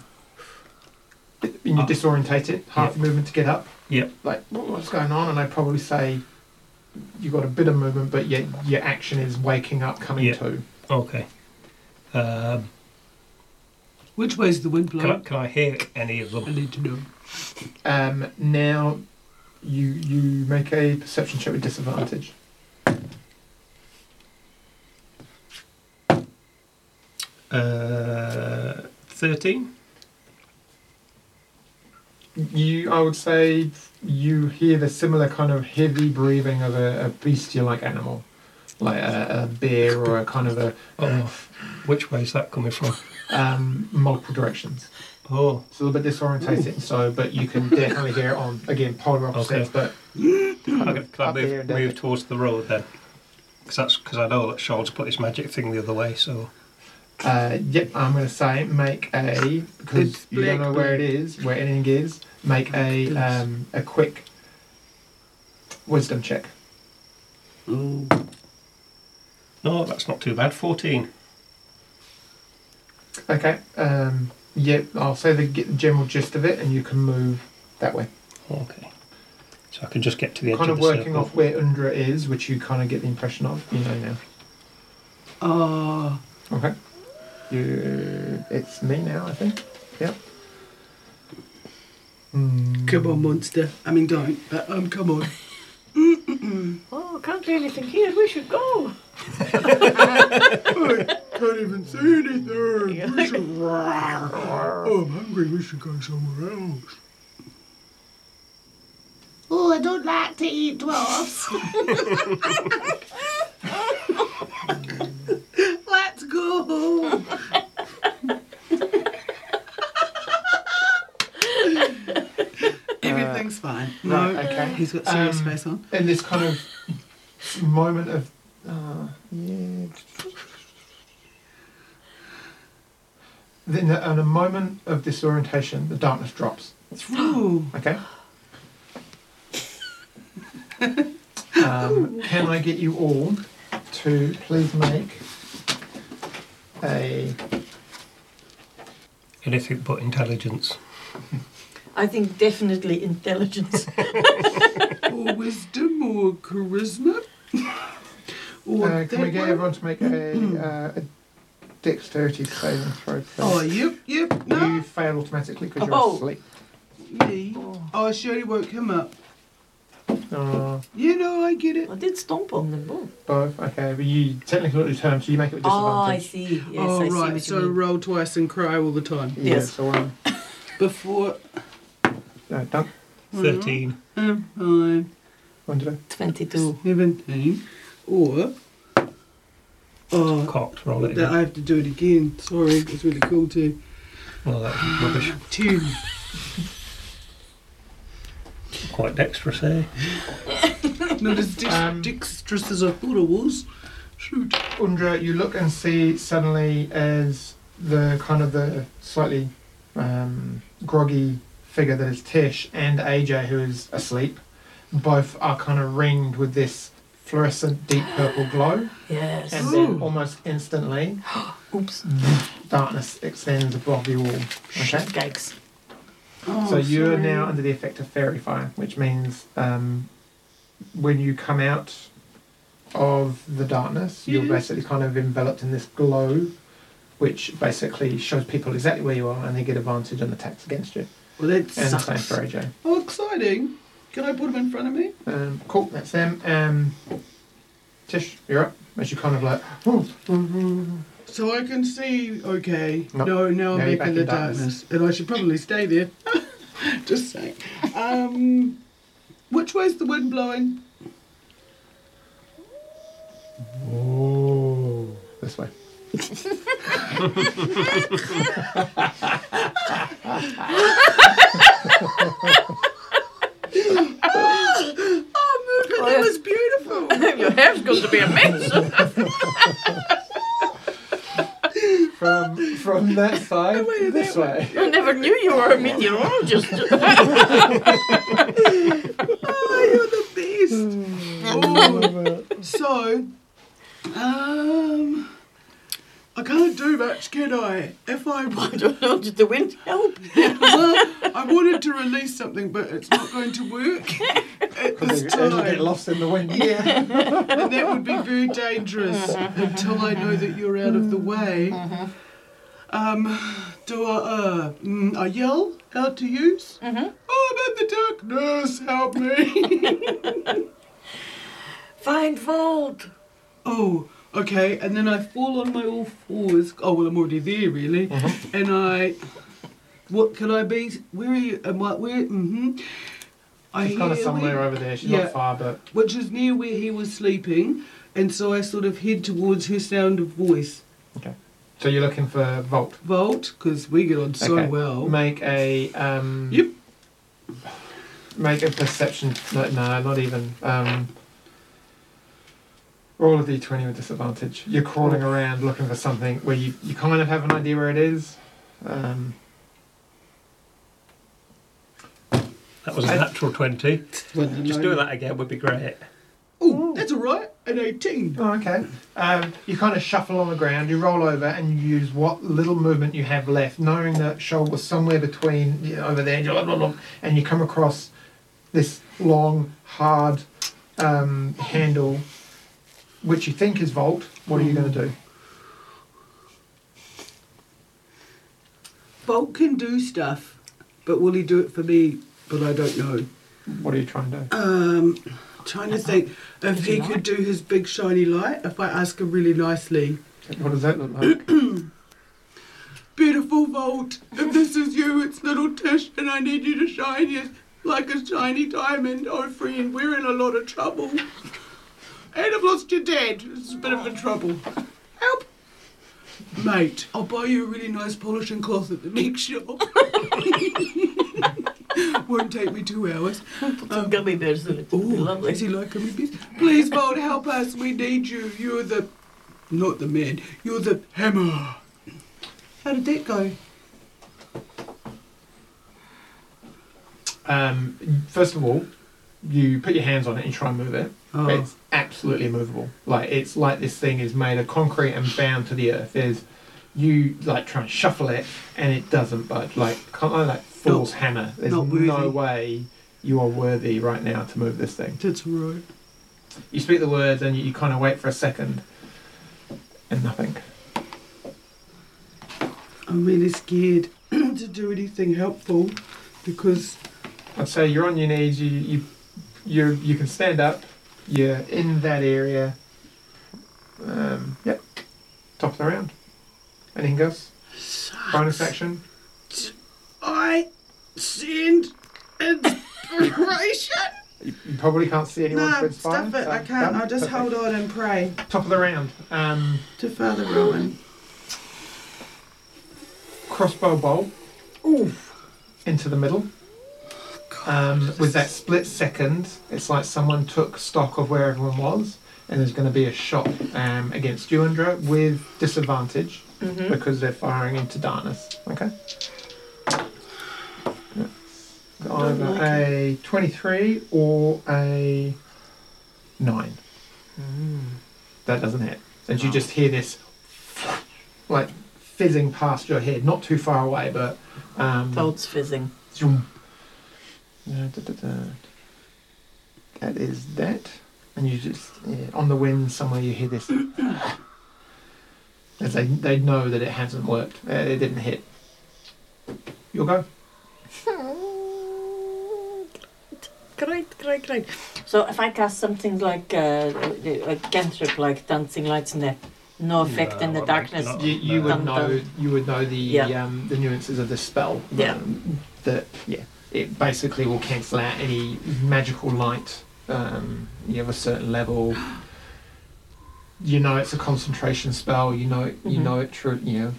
A: you're
B: Ah.
A: disorientated, half
B: Yeah.
A: the movement to get up.
B: Yep.
A: Like what, what's going on? And I'd probably say you got a bit of movement, but yet your action is waking up, coming
B: Yeah.
A: to.
B: okay. Um,
C: Which way's the wind
B: can, I,
C: blowing?
B: can I hear any of
C: I
B: them?
C: need to know.
A: Um, now you you make a perception check with disadvantage.
B: Uh, Thirteen.
A: You, I would say, you hear the similar kind of heavy breathing of a, a bestial-like animal, like a, a bear or a kind of a
B: Oh, which way's that coming from?
A: um, multiple directions.
B: Oh,
A: It's a little bit disorientating, so but you can definitely hear it on again polar opposites.
B: Okay, can I
A: Up here
B: move,
A: and down
B: move
A: it.
B: towards the road then? Because that's because I know that Sean's put his magic thing the other way. So
A: But uh, yep, I'm going to say make a because
E: It's
A: you don't know
E: black,
A: where it is, where anything is. Make a um, a quick wisdom check.
C: Oh.
B: no, that's not too bad. Fourteen.
A: Okay. Um, yep, I'll say the get the general gist of it, and you can move that way.
B: Okay. So I can just get to the edge
A: kind
B: of
A: of
B: the
A: working
B: circle.
A: off where Undra is, which you kind of get the impression of, you know now.
C: Ah.
A: Okay. You, it's me now, I think. Yep. Hmm.
E: Come on, monster. I mean, don't. But um, come on.
D: Oh, can't do anything here. We should go.
E: Can't even see anything. We should- oh, I'm hungry. We should go somewhere else.
F: Oh, I don't like to eat dwarfs.
E: [laughs] Let's go. Everything's fine. No, Uh,
A: Right, okay.
C: He's got serious
A: Um,
C: face on.
A: In this kind of moment of. Uh, yeah. Then, in a moment of disorientation, the darkness drops.
C: Ooh.
A: Okay. um, can I get you all to please make a
B: Anything but intelligence.
D: I think definitely [laughs] intelligence.
C: or wisdom or [laughs] charisma?
A: Uh,
C: Or
A: can we
C: that
A: get
C: one?
A: everyone to make a, uh, a dexterity saving throw. please.
C: Oh, yep, yep.
A: You
C: No,
A: fail automatically because you're
D: Oh.
A: asleep.
C: me. Oh, she only woke him up.
A: Oh,
C: You know, I get it.
D: I did stomp on them both.
A: both. Okay, but you technically your turn, so you make it with
D: Oh, I
A: disadvantage.
D: see. Yes,
C: oh,
D: I see
C: right.
D: what you
C: so
D: mean.
C: roll twice and cry all the time.
A: Yeah,
D: yes.
A: so um,
C: Before
A: no, done.
B: 13.
C: um, I'm
A: One to do.
D: 22.
C: 17, or. Oh,
B: Cocked, roll it
C: that I
B: in.
C: have to do it again. Sorry, it's really cool too.
B: Well, that was rubbish.
C: 10.
B: Quite dexterous, eh?
C: Not as dex-
A: Um,
C: dexterous as I thought I was. Shoot.
A: Undra, you look and see suddenly as the kind of the slightly um, groggy figure that is Tish and AJ, who is asleep, both are kind of ringed with this fluorescent deep purple glow,
D: Yes.
A: and then
C: Ooh.
A: almost instantly,
D: [gasps] Oops.
A: darkness extends above you all. Okay?
D: Yikes.
C: Oh,
A: So you are
C: sorry.
A: now under the effect of fairy fire, which means um, when you come out of the darkness, you're
C: Yes.
A: basically kind of enveloped in this glow, which basically shows people exactly where you are, and they get advantage on attacks against you.
C: Well, that
A: And the
C: sucks.
A: same for AJ.
C: Oh, exciting. Can I put him in front of me?
A: Um, cool, that's them. Um, Tish, you're up. As you kind of like,
C: So I can see, okay.
A: Nope.
C: No, now
A: Now
C: I'm back,
A: you're
C: in the darkness. And I should probably stay [laughs] there. Just saying. Um, which way's the wind blowing?
A: oh, this way.
C: Oh, Moon,
D: Oh, yeah.
C: that was beautiful.
D: [laughs] [laughs] Your hair's going to be a [laughs] mess.
A: From from
C: [laughs]
A: that side,
C: Wait,
A: this way.
D: I never knew you were a [laughs] meteorologist.
C: oh, you're the best. Oh, so, um, I can't do much, can I? If I
D: I don't know. Did the wind help?
C: [laughs] I wanted to release something, but it's not going to work [laughs] at
A: Because
C: this
A: it'll get
C: time.
A: lost in the wind.
C: Yeah, and that would be very dangerous until I know that you're out of the way. Um, do I, uh, mm, I yell out to you?
A: Mm-hmm.
C: Oh, I'm in the darkness, help me. [laughs]
D: Find fault.
C: oh, okay, and then I fall on my all fours. Oh, well, I'm already there, really.
A: Mm-hmm.
C: And I, what can I be? Where are you? Am I, where? Mm-hmm. I
A: She's kind of
C: hear
A: somewhere
C: wind.
A: over there. She's
C: Yeah.
A: not far, but
C: which is near where he was sleeping, and so I sort of head towards her sound of voice.
A: so you're looking for Volt.
C: Vault, because we get on so
A: Okay.
C: well.
A: Make a um.
C: Yep.
A: Make a perception. No, no not even. Um, roll a d20 with disadvantage. You're crawling around looking for something where you, you kind of have an idea where it is. Um,
B: That was a
A: I-
B: natural 20. Just doing that again would be great.
C: Oh, that's all right. An 18.
A: oh, okay. Um, you kind of shuffle on the ground. You roll over and you use what little movement you have left, knowing that Shoal was somewhere between you know, over there. And, you look, look, look, and you come across this long, hard um, handle, which you think is Vault. What are you going to do?
C: Vault can do stuff, but will he do it for me? But I don't know.
A: What are you trying to do?
C: Um, trying to think if he could do his big shiny light. If I ask him really nicely,
A: What does that look like?
C: beautiful Vault, if this is you, it's little Tish, and I need you to shine it like a shiny diamond. Oh, friend, we're in a lot of trouble. And I've lost your dad. It's a bit of a trouble. Help! Mate, I'll buy you a really nice polishing cloth at the next shop. [laughs] Won't take me two hours. Um,
D: Put some gummy bears in it. It'll be
C: Ooh,
D: lovely.
C: is he like me? please? Please, Vault, help us. We need you. You're the, not the man. You're the hammer. How did that go?
A: Um, first of all, you put your hands on it and try and move it.
C: Oh.
A: It's absolutely immovable. Like it's like this thing is made of concrete and bound to the earth. There's you like try and shuffle it and it doesn't budge. Like kind of like fool's hammer. There's
C: not worthy.
A: no way you are worthy right now to move this thing.
C: That's right.
A: You speak the words and you, you kind of wait for a second and nothing.
E: I'm really
C: [clears throat]
E: scared to do anything helpful because
A: I'd say you're on your knees. You you you you can stand up. You're in that area. Um, yep. Top of the round. Anything else? Bonus action.
E: I send inspiration.
A: You, you probably can't see anyone.
E: no,
A: to inspire,
E: stuff it.
A: so
E: I can't.
A: done.
E: I'll just hold
A: Perfect.
E: on and pray
A: Top of the round. Um,
E: to Father Rowan.
A: crossbow bolt. Into the middle. Um, with that split second, it's like someone took stock of where everyone was, and there's going to be a shot um, against you, Andra, with disadvantage
D: Mm-hmm.
A: because they're firing into darkness. Okay. That's Either
E: like
A: a 23 or a 9. That doesn't hit. And you just hear this like fizzing past your head, not too far away, but. Um,
D: Toad's fizzing.
A: Zoom. Uh, Da, da, da, da. That is that. And you just, yeah, on the wind somewhere, you hear this. As they, they know that it hasn't worked. Uh, It didn't hit. You'll go.
D: Great, great, great. So if I cast something like uh, a cantrip, like dancing lights, no, no effect in the
B: well,
D: darkness.
B: not-
A: You, you
B: no.
A: would know. You would know the
D: Yeah.
A: um, the nuances of the spell.
D: Yeah.
A: um, that yeah. It basically will cancel out any magical light. Um, you have a certain level. You know it's a concentration spell. You know you
D: Mhm.
A: know it. Tr- you know,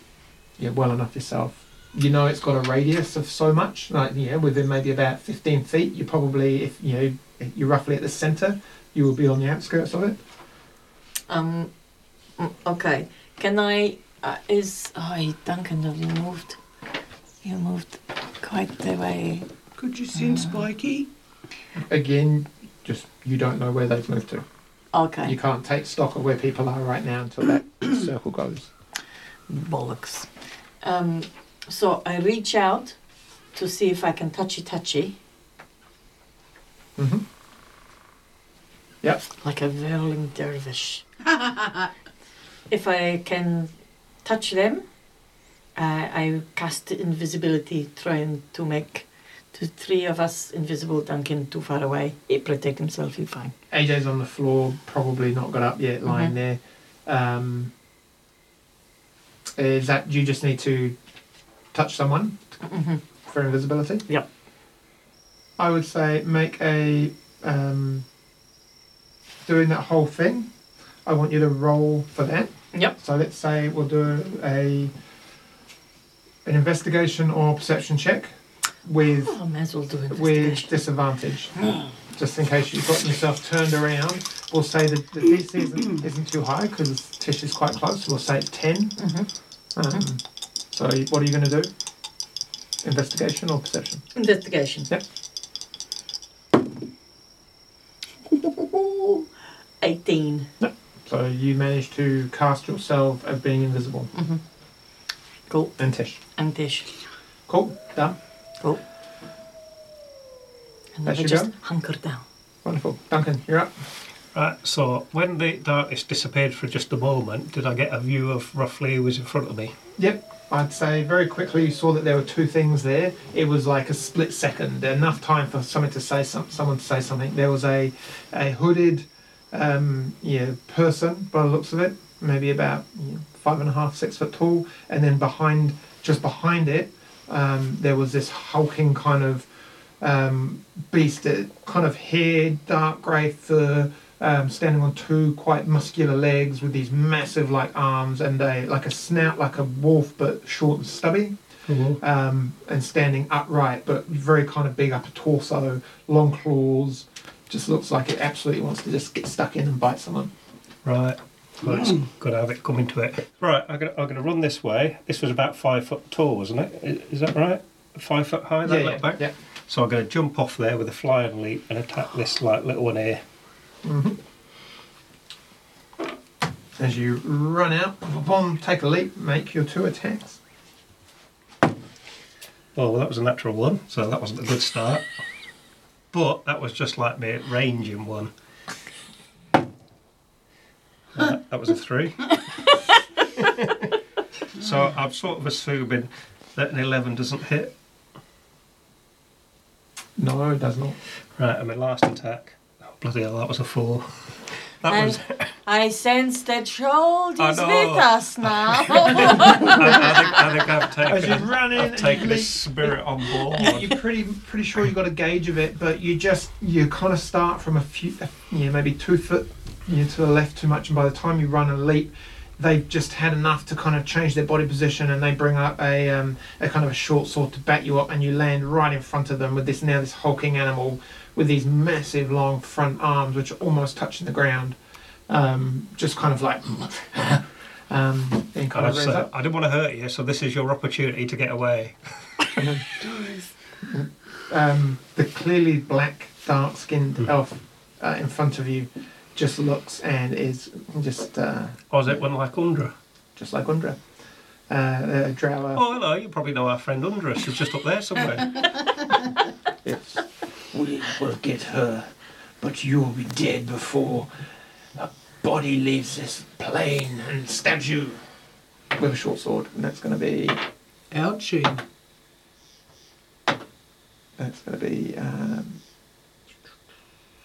A: yeah, well enough yourself. You know it's got a radius of so much. Like yeah, within maybe about fifteen feet. You probably if you know you're roughly at the center. You will be on the outskirts of it.
D: Um, mm, okay. Can I? Uh, is oh, Duncan, have you moved? You moved quite the way.
E: Could you send Spiky?
A: Again, just you don't know where they've moved to. You
D: Okay.
A: can't take stock of where people are right now until that [coughs] circle goes.
D: Bollocks. Um, so I reach out to see if I can touchy touchy,
A: hmm
D: like a whirling dervish. [laughs] if I can touch them, uh, I cast invisibility, trying to make the three of us invisible. Duncan too far away. He protect himself. He fine.
A: AJ's on the floor, probably not got up yet, lying
D: Mhm.
A: there. Um, is that you just need to touch someone
D: Mhm.
A: for invisibility?
D: Yep.
A: I would say make a um, doing that whole thing. I want you to roll for that.
D: Yep.
A: So let's say we'll do a an investigation or perception check with
D: Oh, I may as well do
A: with
D: investigation.
A: disadvantage. Just in case you've gotten yourself turned around, we'll say that the DC isn't, isn't too high because Tish is quite close. We'll say 10.
D: Mhm.
A: Um, so, what are you going to do? Investigation or perception?
D: Investigation.
A: Yep.
D: [laughs] Eighteen.
A: So, you managed to cast yourself as being invisible.
D: Mhm. Cool.
A: And Tish.
D: And dish.
A: Cool. Done.
D: Cool. And
A: That
D: then
A: should
D: we just
A: go?
D: hunker down.
A: Wonderful. Duncan, you're up.
B: Right, so when the darkness disappeared for just a moment, did I get a view of roughly who was in front of me?
A: Yep. I'd say very quickly you saw that there were two things there. It was like a split second, enough time for someone to say some, someone to say something. There was a, a hooded, um, yeah, person by the looks of it, maybe about you know, five and a half, six foot tall, and then behind, just behind it, um, there was this hulking kind of um, beast, that kind of hair, dark grey fur, um, standing on two quite muscular legs with these massive like arms and a like a snout like a wolf but short and stubby, um, and standing upright but very kind of big upper torso, long claws. Just looks like it absolutely wants to just get stuck in and bite someone.
B: Right. Well, it's got to have it coming to it. Right, I'm going to, I'm going to run this way. This was about five foot tall, wasn't it? I- Is that right? Five foot high, that
A: yeah,
B: little
A: yeah,
B: bag?
A: yeah.
B: So I'm going to jump off there with a flying leap and attack this like little one here.
A: As you run out, boom, take a leap, make your two attacks.
B: Oh, well, that was a natural one, so that wasn't a good start. but that was just like me ranging one. Uh, that was a three. [laughs] So I'm sort of assuming that an 11 doesn't hit.
A: No, it does not.
B: Right, and my last attack. Oh, bloody hell, that was a 4. That
D: And- [laughs]
B: was.
D: I sense that
B: [laughs]
D: Shold
B: I
D: is
B: know.
D: with
B: [laughs]
D: us now.
B: I, I think, I think I've
A: As
B: taken,
A: you
B: it-
A: run in,
B: I've
A: and
B: taken
A: you
B: his
A: leap-
B: spirit
A: [laughs]
B: on
A: Yeah,
B: board.
A: you're pretty pretty sure you got a gauge of it, but you just you kind of start from a few, yeah, maybe two foot you know, to the left too much, and by the time you run and leap, they've just had enough to kind of change their body position, and they bring up a um, a kind of a short sword to back you up, and you land right in front of them with this now this hulking animal with these massive long front arms which are almost touching the ground, um, just kind of like. [laughs] Um, then
B: And
A: kind
B: I,
A: of
B: just
A: rears
B: said,
A: up.
B: I didn't want to hurt you, so this is your opportunity to get away.
A: um, the clearly black, dark skinned elf uh, in front of you just looks and is just uh,
B: Or is it one like Undra?
A: just like Undra. Uh, uh, drow elf.
B: Oh, hello, you probably know our friend Undra. She's just up there somewhere.
A: [laughs] It's, Oh. [laughs] we will get her, but you will be dead before her body leaves this plane and stabs you with a short sword. And that's going to be
C: Ouchie.
A: that's going to be um,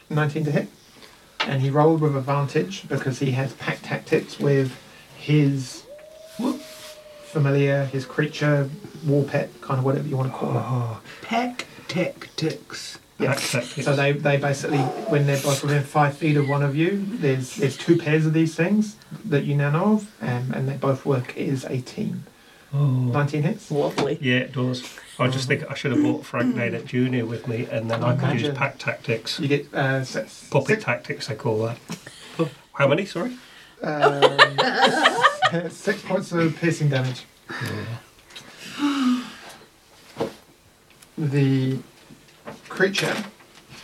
A: 19 to hit. And he rolled with advantage because he has pack tactics with his familiar, his creature, war pet, kind of whatever you want to call it.
C: Pack tactics.
A: Yeah.
B: Accept it.
A: So they, they basically, when they're both within five feet of one of you, there's there's two pairs of these things that you now know of, um, and they both work as a team.
B: Oh.
A: 19 hits.
D: Lovely.
B: Yeah, it does. I just think I should have bought Frank Maynard Jr. with me, and then I could use
A: Hmm. Imagine.
B: pack tactics.
A: You get uh, six.
B: Puppet
A: six-
B: tactics, they call that. How many, sorry?
A: um, six points of piercing damage. The creature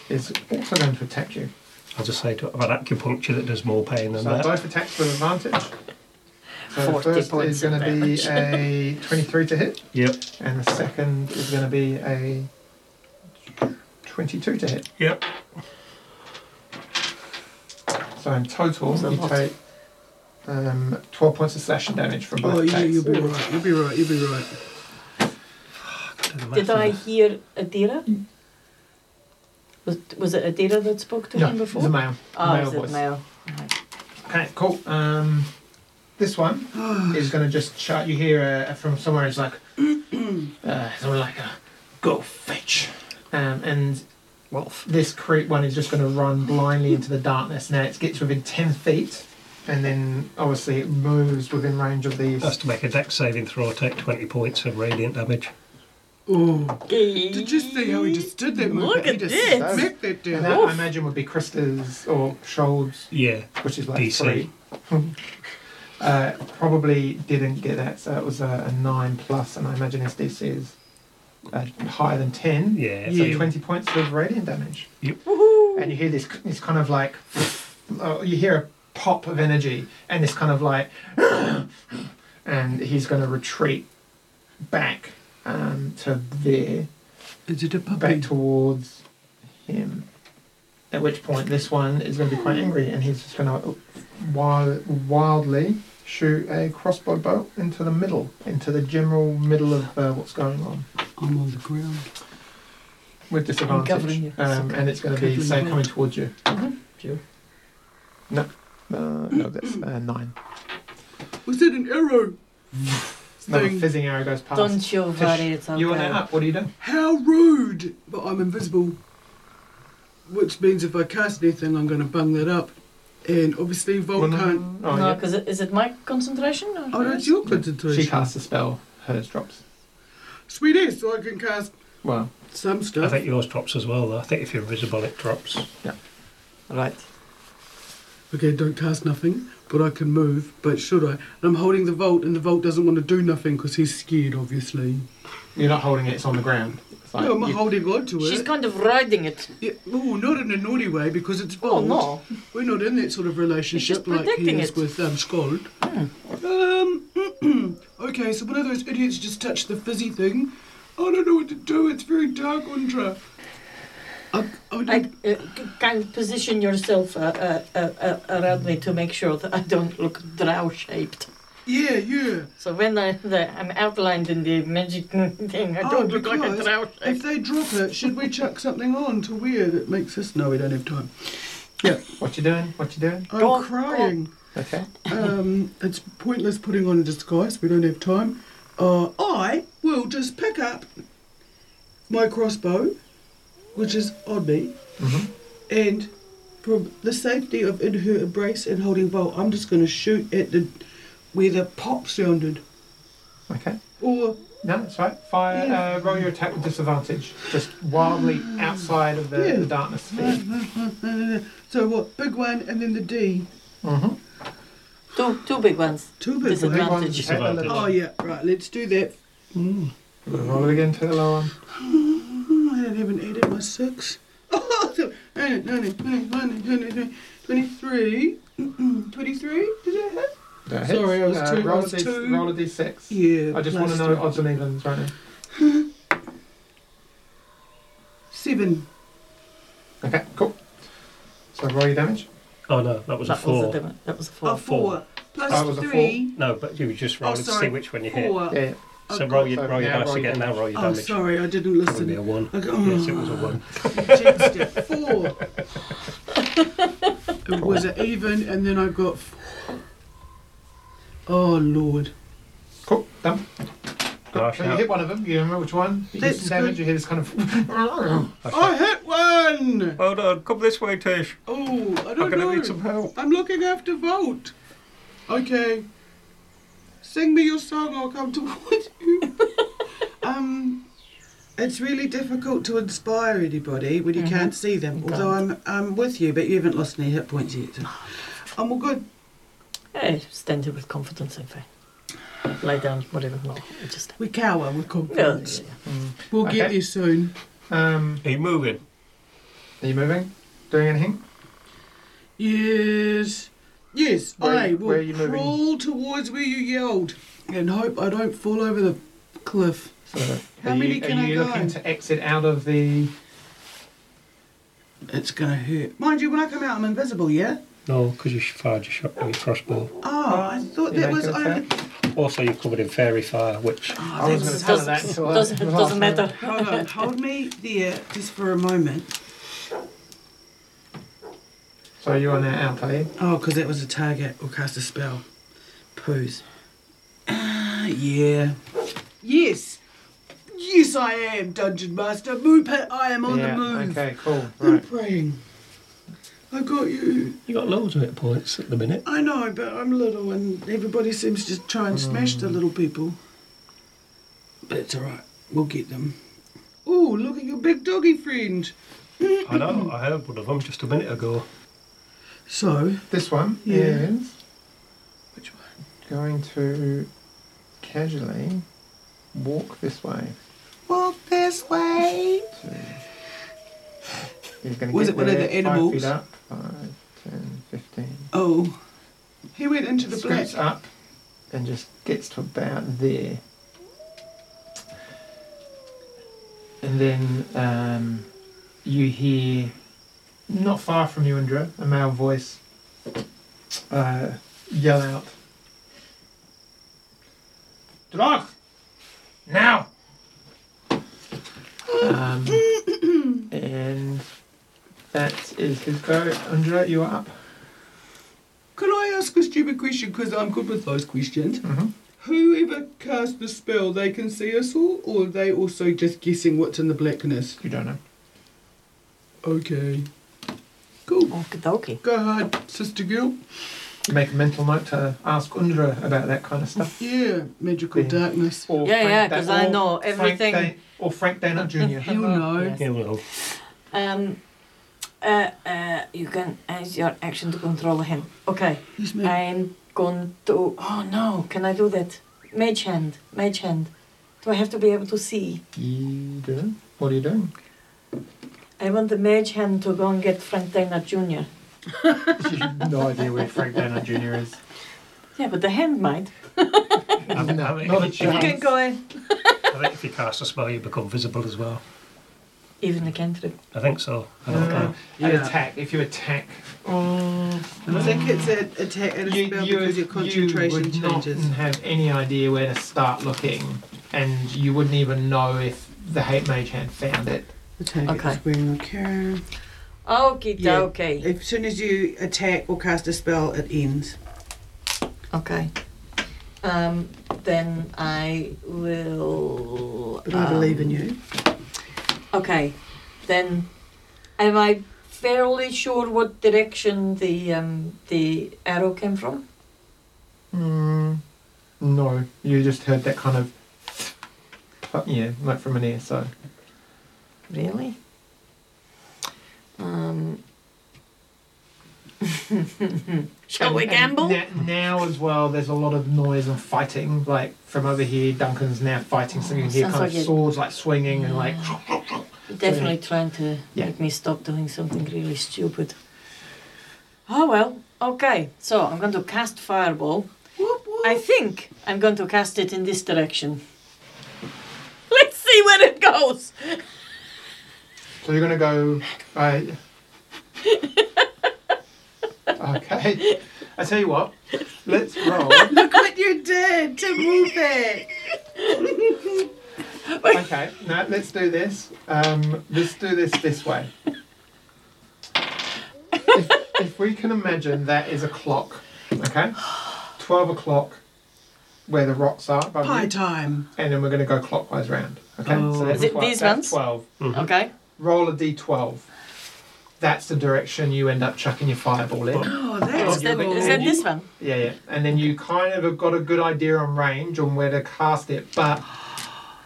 A: is also going to attack you.
B: I'll just say to, I've had acupuncture that does more pain than
A: So
B: that.
A: both attacks with advantage. So the
D: 40
A: first
D: points
A: is going
D: of
A: to be a 23 to hit,
B: Yep,
A: and the second is going to be a 22 to hit.
B: yep.
A: So in total,
D: That's a
A: you
D: lot.
A: take um, 12 points of slashing damage from both
C: Oh yeah,
A: attacks.
C: you'll be right. You'll be right. You'll be right.
D: Did I hear Adira? Was, was it Adira that spoke to
A: no,
D: him
A: it's
D: before?
A: a male.
D: oh,
A: male
D: is it
A: voice.
D: male? Right.
A: Okay, cool. Um, this one is going to just shout. You hear uh, from somewhere. It's like uh, someone like a go fetch, um, and
B: Wolf.
A: this creep one is just going to run blindly into the darkness. Now it gets within ten feet, and then obviously it moves within range of these.
B: Has to make a deck saving throw, take 20 points of radiant damage.
C: Oh,
D: Did
C: did you see how he just did that?
D: Look
C: He
D: at
C: just
D: this.
C: smacked that
A: and
C: down.
A: that I imagine would be Krista's or Sholds,
B: Yeah,
A: which is like
B: DC.
A: three. [laughs] uh, probably didn't get that, so it was a, a nine plus, and I imagine his DC is uh, higher than ten.
B: yeah.
A: So
C: Yeah.
A: 20 points of radiant damage.
B: Yep.
A: And you hear this, this kind of like, oh, you hear a pop of energy and this kind of like, [coughs] and he's going to retreat back um, to there,
C: Is it a
A: back
C: puppy?
A: towards him. At which point, this one is going to be quite angry and he's just going to wild, wildly shoot a crossbow bolt into the middle, into the general middle of uh, what's going on.
C: I'm on the ground.
A: with
D: covering
A: disadvantage,
D: you.
A: um, and it's going to be
C: Covering
A: say
C: you.
A: coming towards you.
D: Sure.
A: No, uh, no, that's uh, nine.
E: Was it an arrow?
A: Another
E: Thing.
A: fizzing arrow goes past.
D: Don't you worry, it's okay.
A: You want it up? What do you do?
E: How rude!
C: But I'm invisible, which means if I cast anything, I'm going to bung that up. And obviously, Volk can't.
A: Oh,
D: no,
A: yeah.
D: because is it my concentration? Or
C: Oh, no, it's your
A: She
C: concentration.
A: casts a spell. Hers drops.
E: Sweetie, so I can cast
A: Well,
C: Some
B: I
C: stuff.
B: think yours drops as well, though. I think if you're invisible, it drops.
D: Right.
C: Okay, don't cast nothing, but I can move. But should I? And I'm holding the Volt, and the Volt doesn't want to do nothing because he's scared, obviously.
A: you're not holding it. It's on the ground. It's like
C: no, I'm
A: you-
C: holding on to it.
D: She's kind of riding it.
C: Yeah, well, not in a naughty way because it's
D: Oh,
C: Volt.
D: no.
C: We're not in that sort of relationship
D: just
C: like he
D: protecting
C: is
D: it.
C: with um, Skold. Um, [clears throat] okay, so one of those idiots just touched the fizzy thing. I don't know what to do. It's very dark, Undra. I, I don't-
D: I uh, c- kind of position yourself uh, uh, uh, uh, around me to make sure that I don't look drow shaped.
C: Yeah, yeah.
D: So when I, the, I'm outlined in the magic [laughs] thing, I
C: Oh,
D: don't look like a
C: because
D: trout.
C: If they drop it, should we chuck something on to wear that makes us? No, we don't have time. Yeah,
A: What you doing? What you doing?
C: I'm
D: Go on,
C: crying.
A: Okay.
C: Um, it's pointless putting on a disguise. We don't have time. Uh, I will just pick up my crossbow, which is on me,
A: Mhm.
C: and from the safety of in her embrace and holding bow, I'm just going to shoot at the where the pop sounded.
A: Okay.
C: Or [laughs]
A: No, that's right. Fire. Uh, roll your attack with disadvantage. Just wildly outside of the,
C: Yeah.
A: the darkness sphere.
C: so what? Big one, and then the D.
A: Mm-hmm.
D: Two, two big ones.
C: Two big ones.
D: Disadvantage.
A: uh,
B: Disadvantage.
C: Oh yeah, right. Let's do that.
A: Hmm. Roll it again to the low one.
C: Mm, I don't even edit my six. [laughs] Oh, so- no, no, no, no, no, no, no, no, 23. 23? Did I have?
A: That
C: Sorry, I was
A: Uh,
C: too- I
A: roll,
C: was
A: a D,
C: too-
A: roll a d6.
C: Yeah.
A: I just want to
C: plus
A: know
C: two.
A: odds and evens right now.
C: Seven.
A: Okay, cool. So roll your damage.
B: Oh no, that was a
D: That was, a,
B: four.
D: dim- that was a
C: Oh,
E: A
C: Uh,
D: four.
E: four. Plus
A: Oh, it was a four.
E: three.
B: No, but you just roll
E: Oh,
B: and
E: sorry,
B: see which one you hit.
E: Four.
A: Yeah.
B: So roll
C: Oh,
A: God.
B: your
A: So
B: roll your
A: now
B: dice
A: roll your
B: again. Now roll your
C: Oh,
B: damage.
C: sorry, I didn't
B: Probably a
C: listen.
B: one.
C: I got,
B: Yes, it was a one.
C: jinxed it. Four. it was an even, and then I got four. Oh, Lord.
A: Cool. Done. Cool.
B: Gosh,
A: so you
B: now-
A: hit one of them. You remember which one? You
C: That's
A: did some damage.
C: good.
A: You hear this [laughs] kind of.
C: I hit one!
B: Hold on, come this way, Tish.
C: Oh, I
B: I'm
C: don't
B: gonna
C: know.
B: need some help.
C: I'm looking after Vote. Okay. Sing me your song, I'll come towards [laughs] you. um, it's really difficult to inspire anybody when you
A: Mm-hmm.
C: can't see them. Although I'm, I'm with you, but you haven't lost any hit points yet. so- Um, I'm all good.
D: Hey, stand here with confidence and faith. Lie down, whatever. No, I just.
C: We cower with
D: Yeah,
C: confidence.
D: yeah,
C: We'll get
A: Okay.
C: there soon.
A: Mm. Um,
B: Are you moving?
A: are you moving? Doing anything?
C: Yes. Yes,
A: Where-
C: I will
A: where are you moving?
C: crawl towards where you yelled and hope I don't fall over the cliff.
A: So, are
C: How
A: you,
C: many can
A: Are
C: I
A: you
C: go?
A: looking to exit out of the?
C: It's gonna hurt. Mind you, when I come out, I'm invisible, yeah?
B: No, because you fired your shot with your crossbow.
C: Oh, I thought
A: You
C: that
A: make
C: was.
A: an
C: I,
A: attack?
B: Also, you're covered in fairy fire, which
A: I was going to tell her that.
D: Doesn't,
A: until, uh,
D: doesn't,
A: the last
D: doesn't
A: minute.
D: matter.
C: Hold on, hold me there just for a moment.
A: So you're on that out, are you?
C: Oh, because that was a target or cast a spell. Poos. Ah, yeah. Yes. Yes, I am, Dungeon Master. Moopit, I am on
A: yeah.
C: the move.
A: Okay. Cool.
C: I'm
A: Right.
C: praying. I got you.
B: you got loads of hit points at the minute.
C: I know, but I'm little and everybody seems to try and smash the little people. But it's alright. We'll get them. Oh, look at your big doggy friend.
B: I know. I heard one of them just a minute ago.
C: So,
A: [laughs] This one
C: Yeah.
A: is
C: which one?
A: going to casually walk this way.
C: Walk this way.
A: So he's going to
C: Was
A: get
C: it one of
A: there,
C: the animals?
A: Five feet up. Five, ten, fifteen.
C: Oh. He went into the black.
A: Scoots up and just gets to about there. And then um, you hear, not far from you, Indra, a male voice uh, yell out, Droth! Now! Um, and that is his go. Indra, you are up.
C: Can I ask a stupid question? Because I'm good with those questions.
A: Mhm.
C: Whoever cast the spell, they can see us all, or are they also just guessing what's in the blackness?
A: You don't know.
C: Okay. Cool.
D: Okie dokie.
C: Go hard, sister girl.
A: You make a mental note to ask Undra about that kind of stuff.
C: Yeah, magical
A: Yeah.
C: darkness.
A: Or
D: Yeah, yeah,
A: Da-
D: 'cause I
A: or
D: know
A: Frank
D: everything.
A: Dan- or Frank Dana
C: [laughs]
A: Jr.
C: Hell no.
D: Yes.
B: Yeah, well,
D: Um, uh, uh, you can use your action to control him. Okay,
C: Yes, ma'am.
D: I'm going to. Oh no, can I do that? Mage hand, mage hand. Do I have to be able to see?
A: you doing? What are you doing?
D: I want the mage hand to go and get Frank Dana Jr.
A: [laughs] you have no idea where Frank Dana Jr. is.
D: Yeah, but the hand might.
B: I'm-
A: No,
B: I'm-
A: not a
B: You
D: You
A: chance.
D: can go in.
B: I think if you cast a spell, you become visible as well.
D: Even the cantrip.
B: I think so. I don't know.
A: Uh, An
C: Yeah. Oh. Uh,
A: attack. If you attack, Mm.
C: I think it's a attack and a spell because your concentration
A: would
C: changes.
A: not have any idea where to start looking, and you wouldn't even know if the hate mage had found it.
C: Attack
D: Okay.
C: is where you can.
D: Okie
C: Yeah.
D: dokie.
C: As soon as you attack or cast a spell, it ends.
D: Okay. Um, then I will.
C: But I believe in
D: um,
C: you.
D: Okay. Then, am I fairly sure what direction the um, the arrow came from?
A: Mm, no, you just heard that kind of yeah, like from an ear. So
D: Really? Um. [laughs] Shall we
A: And-
D: gamble?
A: And na- now as well, there's a lot of noise and fighting. Like from over here, Duncan's now fighting. So you can hear
D: Oh, Sounds
A: kind
D: like
A: of
D: it-
A: swords like swinging and like.
D: You're Definitely trying to
A: Yeah.
D: make me stop doing something really stupid. Oh well, okay. So I'm going to cast fireball. I think I'm going to cast it in this direction. Let's see where it goes.
A: [laughs] So you're gonna go.
D: [laughs]
A: Right. okay. I tell you what.
D: [laughs]
A: Let's roll.
C: Look what you did to move it.
A: Okay. Now let's do this. Um, let's do this this way. If, if we can imagine that is a clock, okay, twelve o'clock, where the rocks are, above
C: Pie
A: you,
C: time.
A: and then we're gonna go clockwise round. Okay.
C: Oh.
A: that's
D: Is it
A: 12
D: these
A: that's
D: ones?
A: Twelve.
D: Okay.
A: Roll a d12. That's the direction you end up chucking your fireball in.
D: [gasps]
C: Oh,
D: Is
C: that's
D: that,
C: cool.
D: is that this one?
A: Yeah, yeah. And then you kind of have got a good idea on range on where to cast it, but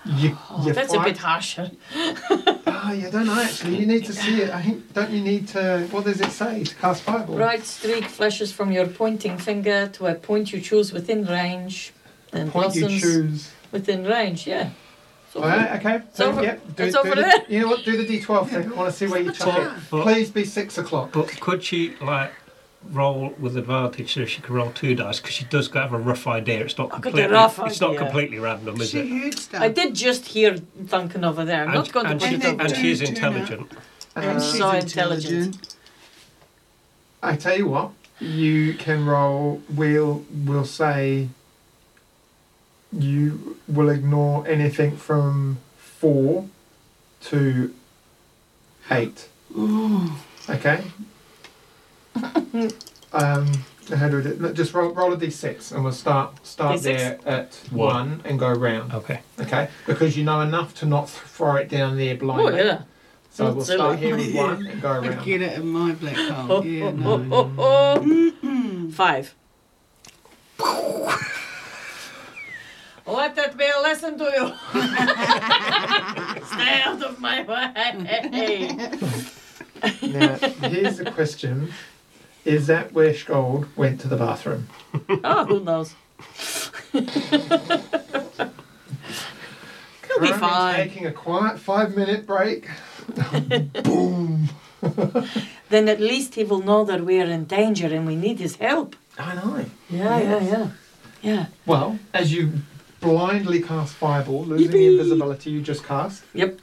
A: you, you
D: [gasps] That's a bit harsher.
A: Oh, you don't know actually. You need to see it. I think don't you need to? What does it say to cast fireball?
D: Bright streak flashes from your pointing finger to a point you choose within range, and
A: Point you
D: blossoms
A: choose.
D: within range. Yeah. So
A: All right, okay. So,
D: over-
A: yep. Do,
D: it's
A: do
D: over
A: the,
D: there.
A: You know what? Do the d12 thing. I want to see where you chuck it.
B: But-
A: Please be six o'clock.
B: But could she like roll with advantage so she can roll two dice because she does have a rough idea. It's not
D: I've got a
B: completely.
D: rough
B: It's not
D: idea.
B: completely random, is
C: She
B: it?
C: heard stuff.
D: I did just hear Duncan over there. I'm
B: And,
D: not going to
B: and,
D: put
B: she,
C: And
D: it
C: they
D: over.
B: and
C: do
B: she's
C: turn out.
B: intelligent.
D: I'm
A: Uh,
D: so intelligent.
A: I tell you what, you can roll. We'll we'll say you will ignore anything from four to eight. Okay. um, how do we do? no, Just roll, roll a d6, and we'll start start
D: D6?
A: there at
B: One. Oh.
A: one and go round.
B: Okay.
A: Okay, because you know enough to not throw it down there
D: Oh
A: blindly.
D: yeah.
A: So
D: Not
A: we'll
D: silly.
A: start here with one and go
C: I
A: around.
C: get it in my black hole. Yeah,
D: Oh,
C: no.
D: oh, oh. Five. [laughs] Let that be a lesson to you. [laughs] Stay out of my way.
A: Now, here's the question: Is that where Skold went to the bathroom?
D: Oh, who knows? He'll be
A: Currently
D: fine.
A: Taking a quiet five-minute break.
D: Then at least he will know that we are in danger and we need his help.
A: I know.
D: Yeah, yeah, yeah. Yeah.
A: Well, as you blindly cast fireball, losing the invisibility you just cast.
D: Yep.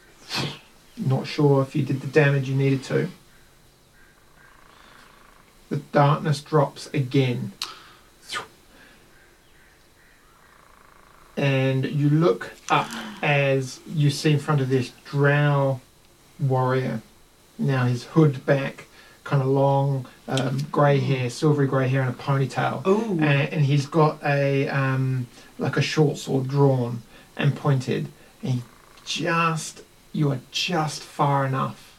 A: Not sure if you did the damage you needed to. The darkness drops again. And you look up as you see in front of this drow warrior. Now his hood back, kind of long, um, grey hair, silvery grey hair, and a ponytail
C: Ooh.
A: uh, and he's got a um, like a short sword drawn and pointed, and he just you are just far enough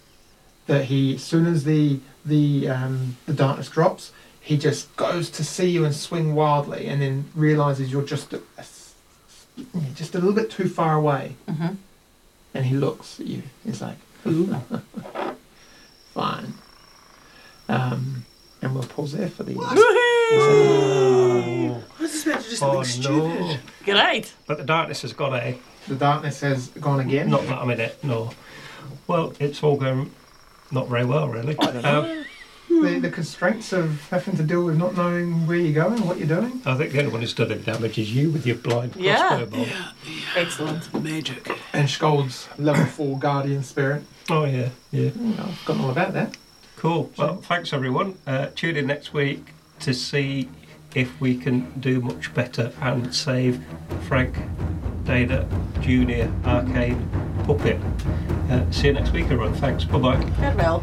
A: that he, as soon as the the um, the darkness drops, he just goes to see you and swing wildly, and then realizes you're just a, a s- just a little bit too far away,
D: Mhm.
A: and he looks at you. He's like,
C: Ooh.
A: "Fine," um, and we'll pause there for the.
C: I was just about to do
B: Oh
C: something
B: no!
C: stupid.
D: Great.
B: But the darkness has got a.
A: The darkness has gone again.
B: Not that I'm in it. No. Well, it's all going not very well, really. Um,
A: the, the constraints of having to deal with not knowing where you're going, what you're doing.
B: I think the only one who's done any damage is you with your blind
D: Yeah.
B: crossbow bolt.
D: Excellent.
C: Magic.
A: And Scold's level four guardian spirit.
B: Oh yeah, yeah.
A: You know, I've forgotten all about that.
B: Cool. Well, thanks everyone. Uh, tune in next week to see if we can do much better and save Frank Dana Jr. Arcane Puppet. Uh, see you next week, everyone. Thanks. Bye bye.
D: Farewell.